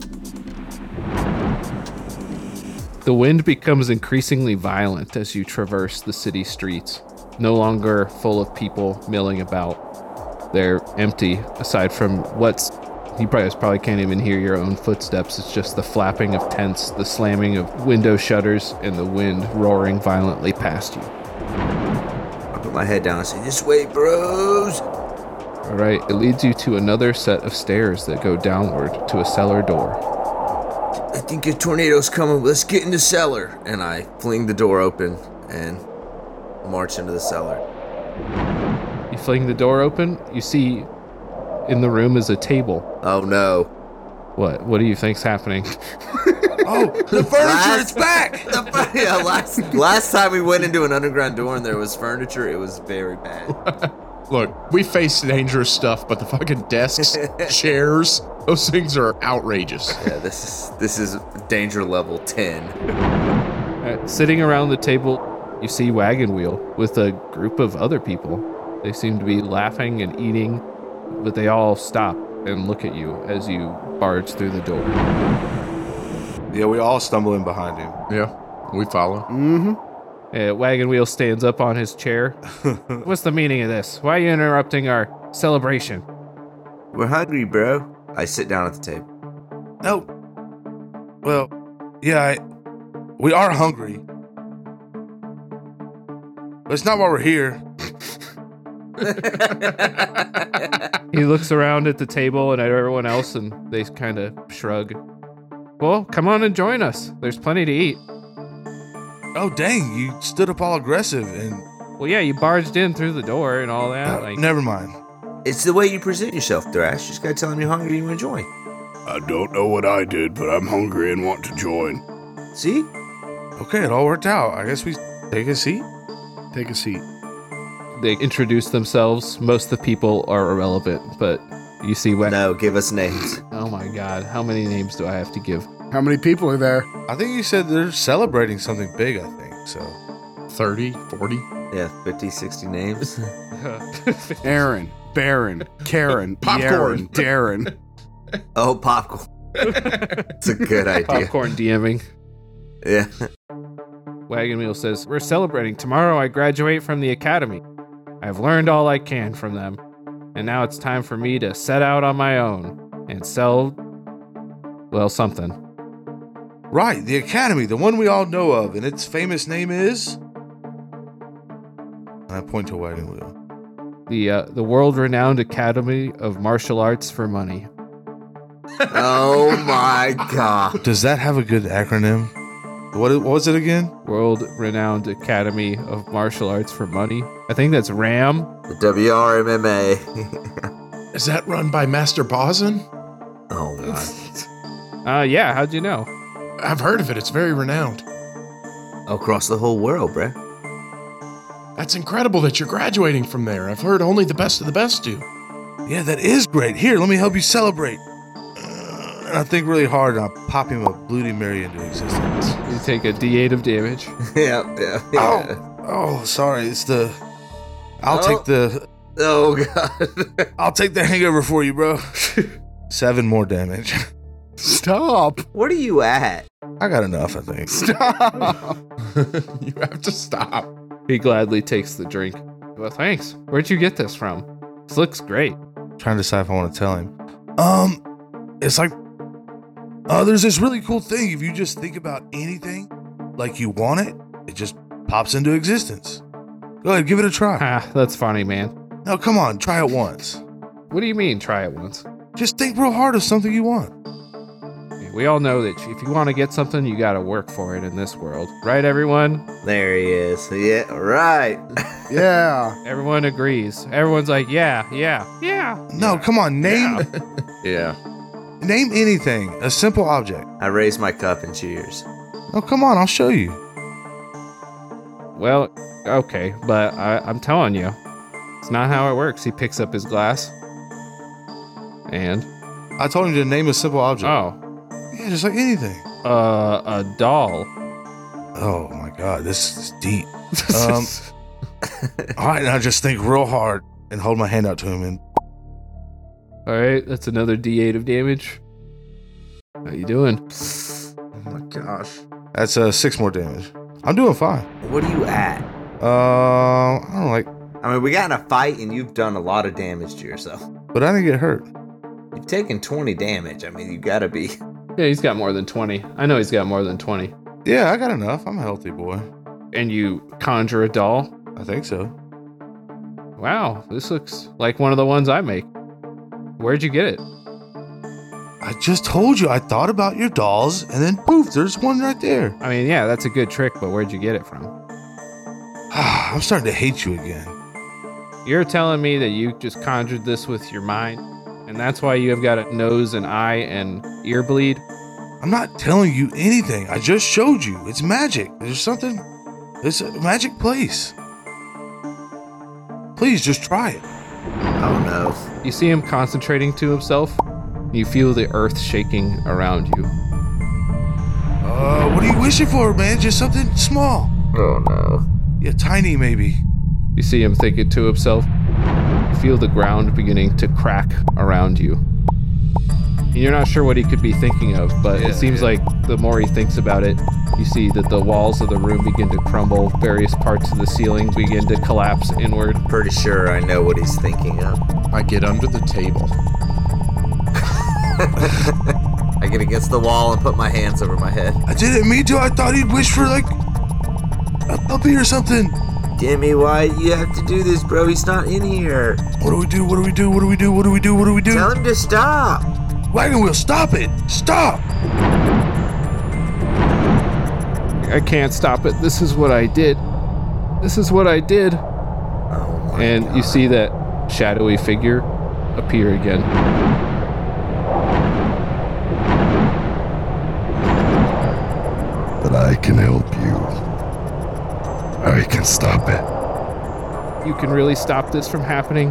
[SPEAKER 2] The wind becomes increasingly violent as you traverse the city streets, no longer full of people milling about. They're empty, aside from what's you probably probably can't even hear your own footsteps. It's just the flapping of tents, the slamming of window shutters, and the wind roaring violently past you.
[SPEAKER 4] I put my head down and say, "This way, bros."
[SPEAKER 2] All right, it leads you to another set of stairs that go downward to a cellar door.
[SPEAKER 4] I think a tornado's coming. Let's get in the cellar. And I fling the door open and march into the cellar.
[SPEAKER 2] You fling the door open. You see, in the room is a table.
[SPEAKER 4] Oh no!
[SPEAKER 2] What? What do you think's happening?
[SPEAKER 4] The furniture is back. The fu- yeah, last last time we went into an underground door and there was furniture, it was very bad.
[SPEAKER 1] Look, we face dangerous stuff, but the fucking desks, chairs, those things are outrageous.
[SPEAKER 4] Yeah, this is this is danger level ten.
[SPEAKER 2] Uh, sitting around the table, you see Wagon Wheel with a group of other people. They seem to be laughing and eating, but they all stop and look at you as you barge through the door.
[SPEAKER 3] Yeah, we all stumble in behind him.
[SPEAKER 1] Yeah, we follow.
[SPEAKER 6] mm-hmm.
[SPEAKER 2] Uh, Wagon Wheel stands up on his chair. What's the meaning of this? Why are you interrupting our celebration?
[SPEAKER 4] We're hungry, bro. I sit down at the table.
[SPEAKER 3] No. Well, yeah, I, we are hungry. But it's not why we're here.
[SPEAKER 2] He looks around at the table and at everyone else, and they kind of shrug. Well, come on and join us. There's plenty to eat.
[SPEAKER 3] Oh, dang, you stood up all aggressive and. uh,
[SPEAKER 2] Well, yeah, you barged in through the door and all that. Like,
[SPEAKER 3] Never mind.
[SPEAKER 4] It's the way you present yourself, Thrash. Just gotta tell him you're hungry and you enjoy.
[SPEAKER 8] I don't know what I did, but I'm hungry and want to join.
[SPEAKER 4] See?
[SPEAKER 3] Okay, it all worked out. I guess we take a seat.
[SPEAKER 6] Take a seat.
[SPEAKER 2] they introduce themselves. Most of the people are irrelevant, but you see what?
[SPEAKER 4] No, give us names.
[SPEAKER 2] Oh my god, how many names do I have to give?
[SPEAKER 6] How many people are there?
[SPEAKER 3] I think you said they're celebrating something big, I think. So
[SPEAKER 1] 30, 40.
[SPEAKER 4] Yeah, 50, 60 names.
[SPEAKER 6] Aaron, Baron, Karen,
[SPEAKER 1] Popcorn.
[SPEAKER 6] Yaron, Darren.
[SPEAKER 4] Oh, popcorn. It's a good idea.
[SPEAKER 2] Popcorn DMing.
[SPEAKER 4] Yeah.
[SPEAKER 2] Wagon Wheel says, We're celebrating. Tomorrow I graduate from the academy. I've learned all I can from them, and now it's time for me to set out on my own and sell, well, something.
[SPEAKER 3] Right, the Academy, the one we all know of, and its famous name is And I point to a wagon wheel.
[SPEAKER 2] The, uh, the world renowned Academy of Martial Arts for Money.
[SPEAKER 4] Oh my god.
[SPEAKER 3] Does that have a good acronym? What, what was it again?
[SPEAKER 2] World renowned Academy of Martial Arts for Money. I think that's RAM.
[SPEAKER 4] The WRMMA.
[SPEAKER 1] Is that run by Master Bosin?
[SPEAKER 4] Oh my.
[SPEAKER 2] Uh, yeah, how'd you know?
[SPEAKER 1] I've heard of it. It's very renowned.
[SPEAKER 4] Across the whole world, bro.
[SPEAKER 1] That's incredible that you're graduating from there. I've heard only the best of the best do.
[SPEAKER 3] Yeah, that is great. Here, let me help you celebrate. Uh, And I think really hard, and I pop him a Bloody Mary into existence.
[SPEAKER 2] You take a D8 of damage.
[SPEAKER 4] yeah, yeah, yeah.
[SPEAKER 3] Oh, oh, sorry. It's the. I'll
[SPEAKER 4] Oh.
[SPEAKER 3] take the.
[SPEAKER 4] Oh, god.
[SPEAKER 3] I'll take the hangover for you, bro. Seven more damage.
[SPEAKER 6] Stop.
[SPEAKER 4] what are you at?
[SPEAKER 3] I got enough, I think.
[SPEAKER 6] Stop.
[SPEAKER 1] you have to stop.
[SPEAKER 2] He gladly takes the drink. Well, thanks. Where'd you get this from? This looks great.
[SPEAKER 3] trying to decide if I want to tell him. Um, it's like, uh, there's this really cool thing. If you just think about anything like you want it, it just pops into existence. Go ahead, give it a try.
[SPEAKER 2] Ah, that's funny, man.
[SPEAKER 3] Now, come on, try it once.
[SPEAKER 2] What do you mean, try it once?
[SPEAKER 3] Just think real hard of something you want.
[SPEAKER 2] We all know that if you want to get something, you got to work for it in this world. Right, everyone?
[SPEAKER 4] There he is. Yeah, right.
[SPEAKER 6] yeah.
[SPEAKER 2] Everyone agrees. Everyone's like, yeah, yeah, yeah.
[SPEAKER 3] No, come on, name
[SPEAKER 1] Yeah.
[SPEAKER 3] name anything, a simple object.
[SPEAKER 4] I raise my cup and cheers.
[SPEAKER 3] No, come on, I'll show you.
[SPEAKER 2] Well, okay, but I, I'm telling you, it's not how it works. He picks up his glass. And,
[SPEAKER 3] I told him to name a simple object.
[SPEAKER 2] oh,
[SPEAKER 3] Yeah, just like anything.
[SPEAKER 2] uh, a doll.
[SPEAKER 3] Oh my god, this is deep. Um, all right, now just think real hard and hold my hand out to him and
[SPEAKER 2] All right, that's another D8 of damage. How you doing?
[SPEAKER 1] Oh my gosh.
[SPEAKER 3] That's uh six more damage. I'm doing fine.
[SPEAKER 4] What are you at?
[SPEAKER 3] Um, I don't like,
[SPEAKER 4] I mean, we got in a fight and you've done a lot of damage to yourself.
[SPEAKER 3] but I didn't get hurt.
[SPEAKER 4] You've taken 20 damage. I mean, you gotta be.
[SPEAKER 2] Yeah, he's got more than 20. I know he's got more than 20.
[SPEAKER 3] Yeah, I got enough. I'm a healthy boy.
[SPEAKER 2] And you conjure a doll.
[SPEAKER 3] I think so.
[SPEAKER 2] Wow, this looks like one of the ones I make. Where'd you get it?
[SPEAKER 3] I just told you I thought about your dolls, and then poof, there's one right there.
[SPEAKER 2] I mean, yeah, that's a good trick, but where'd you get it from?
[SPEAKER 3] I'm starting to hate you again.
[SPEAKER 2] You're telling me that you just conjured this with your mind, and that's why you have got a nose and eye and ear bleed?
[SPEAKER 3] I'm not telling you anything. I just showed you. It's magic. There's something. It's a magic place. Please just try it.
[SPEAKER 4] Oh no.
[SPEAKER 2] You see him concentrating to himself. You feel the earth shaking around you.
[SPEAKER 3] Uh, what are you wishing for, man? Just something small.
[SPEAKER 4] Oh no.
[SPEAKER 3] Yeah, tiny maybe.
[SPEAKER 2] You see him thinking to himself. You feel the ground beginning to crack around you. And you're not sure what he could be thinking of, but it seems like the more he thinks about it, you see that the walls of the room begin to crumble, various parts of the ceiling begin to collapse inward.
[SPEAKER 4] Pretty sure I know what he's thinking of.
[SPEAKER 1] I get under the table.
[SPEAKER 4] I get against the wall and put my hands over my head.
[SPEAKER 3] I didn't mean to. I thought he'd wish for like a puppy or something.
[SPEAKER 4] Jimmy, why you have to do this, bro? He's not in here.
[SPEAKER 3] What do we do? What do we do? What do we do? What do we do? What do we do?
[SPEAKER 4] Tell him to stop.
[SPEAKER 3] Wagon wheel, stop it! Stop!
[SPEAKER 2] I can't stop it. This is what I did. This is what I did. and you see that shadowy figure appear again.
[SPEAKER 9] But I can help you. I can stop it.
[SPEAKER 2] You can really stop this from happening.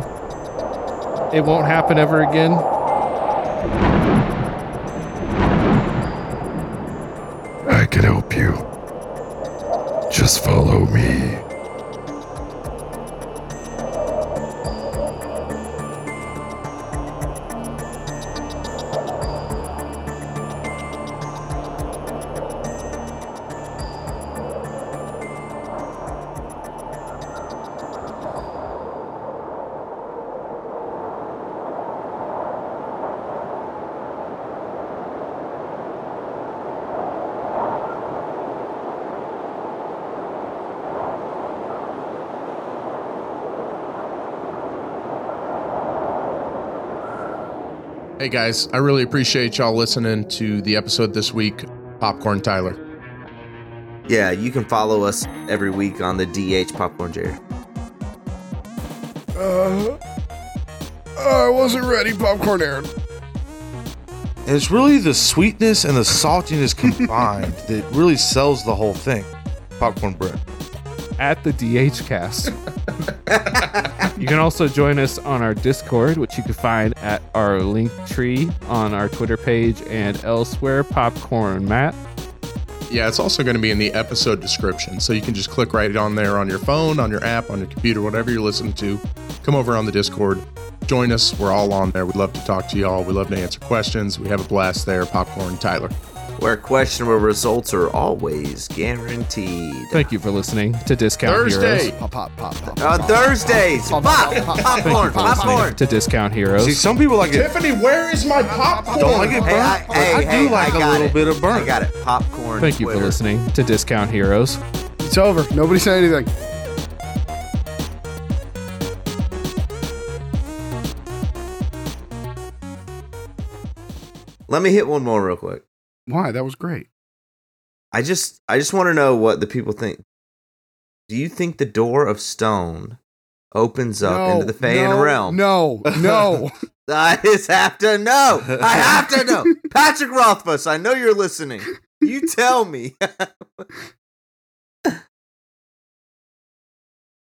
[SPEAKER 2] It won't happen ever again.
[SPEAKER 9] I can help you. Just follow me.
[SPEAKER 1] Hey guys, I really appreciate y'all listening to the episode this week, Popcorn Tyler.
[SPEAKER 4] Yeah, you can follow us every week on the DH Popcorn Jared.
[SPEAKER 6] Uh, I wasn't ready, popcorn Aaron.
[SPEAKER 3] And it's really the sweetness and the saltiness combined that really sells the whole thing. Popcorn bread.
[SPEAKER 2] at the DH cast. You can also join us on our Discord, which you can find at our link tree on our Twitter page and elsewhere. Popcorn Matt.
[SPEAKER 1] Yeah, it's also going to be in the episode description. So you can just click right on there on your phone, on your app, on your computer, whatever you're listening to. Come over on the Discord. Join us. We're all on there. We'd love to talk to y'all. We love to answer questions. We have a blast there, Popcorn Tyler.
[SPEAKER 4] Where questionable results are always guaranteed.
[SPEAKER 2] Thank you for listening to Discount
[SPEAKER 1] Thursday.
[SPEAKER 2] Heroes.
[SPEAKER 6] Pop, pop, pop, pop.
[SPEAKER 4] Uh, Thursdays, pop, popcorn,
[SPEAKER 2] Thank you for listening
[SPEAKER 4] popcorn.
[SPEAKER 2] to Discount Heroes.
[SPEAKER 3] See, some people like it.
[SPEAKER 1] Tiffany, where is my popcorn?
[SPEAKER 3] Don't like it burnt.
[SPEAKER 4] Hey, I, hey,
[SPEAKER 3] I, do
[SPEAKER 4] hey,
[SPEAKER 3] like
[SPEAKER 4] I
[SPEAKER 3] a
[SPEAKER 4] got
[SPEAKER 3] little
[SPEAKER 4] it.
[SPEAKER 3] bit of burnt.
[SPEAKER 4] I got it. Popcorn.
[SPEAKER 2] Thank you for
[SPEAKER 4] Twitter.
[SPEAKER 2] listening to Discount Heroes.
[SPEAKER 6] It's over. Nobody said anything.
[SPEAKER 4] Let me hit one more real quick.
[SPEAKER 6] Why? That was great.
[SPEAKER 4] I just I just want to know what the people think. Do you think the door of stone opens up
[SPEAKER 6] no,
[SPEAKER 4] into the Feyn
[SPEAKER 6] no,
[SPEAKER 4] realm?
[SPEAKER 6] No, no.
[SPEAKER 4] I just have to know. I have to know. Patrick Rothfuss, I know you're listening. You tell me.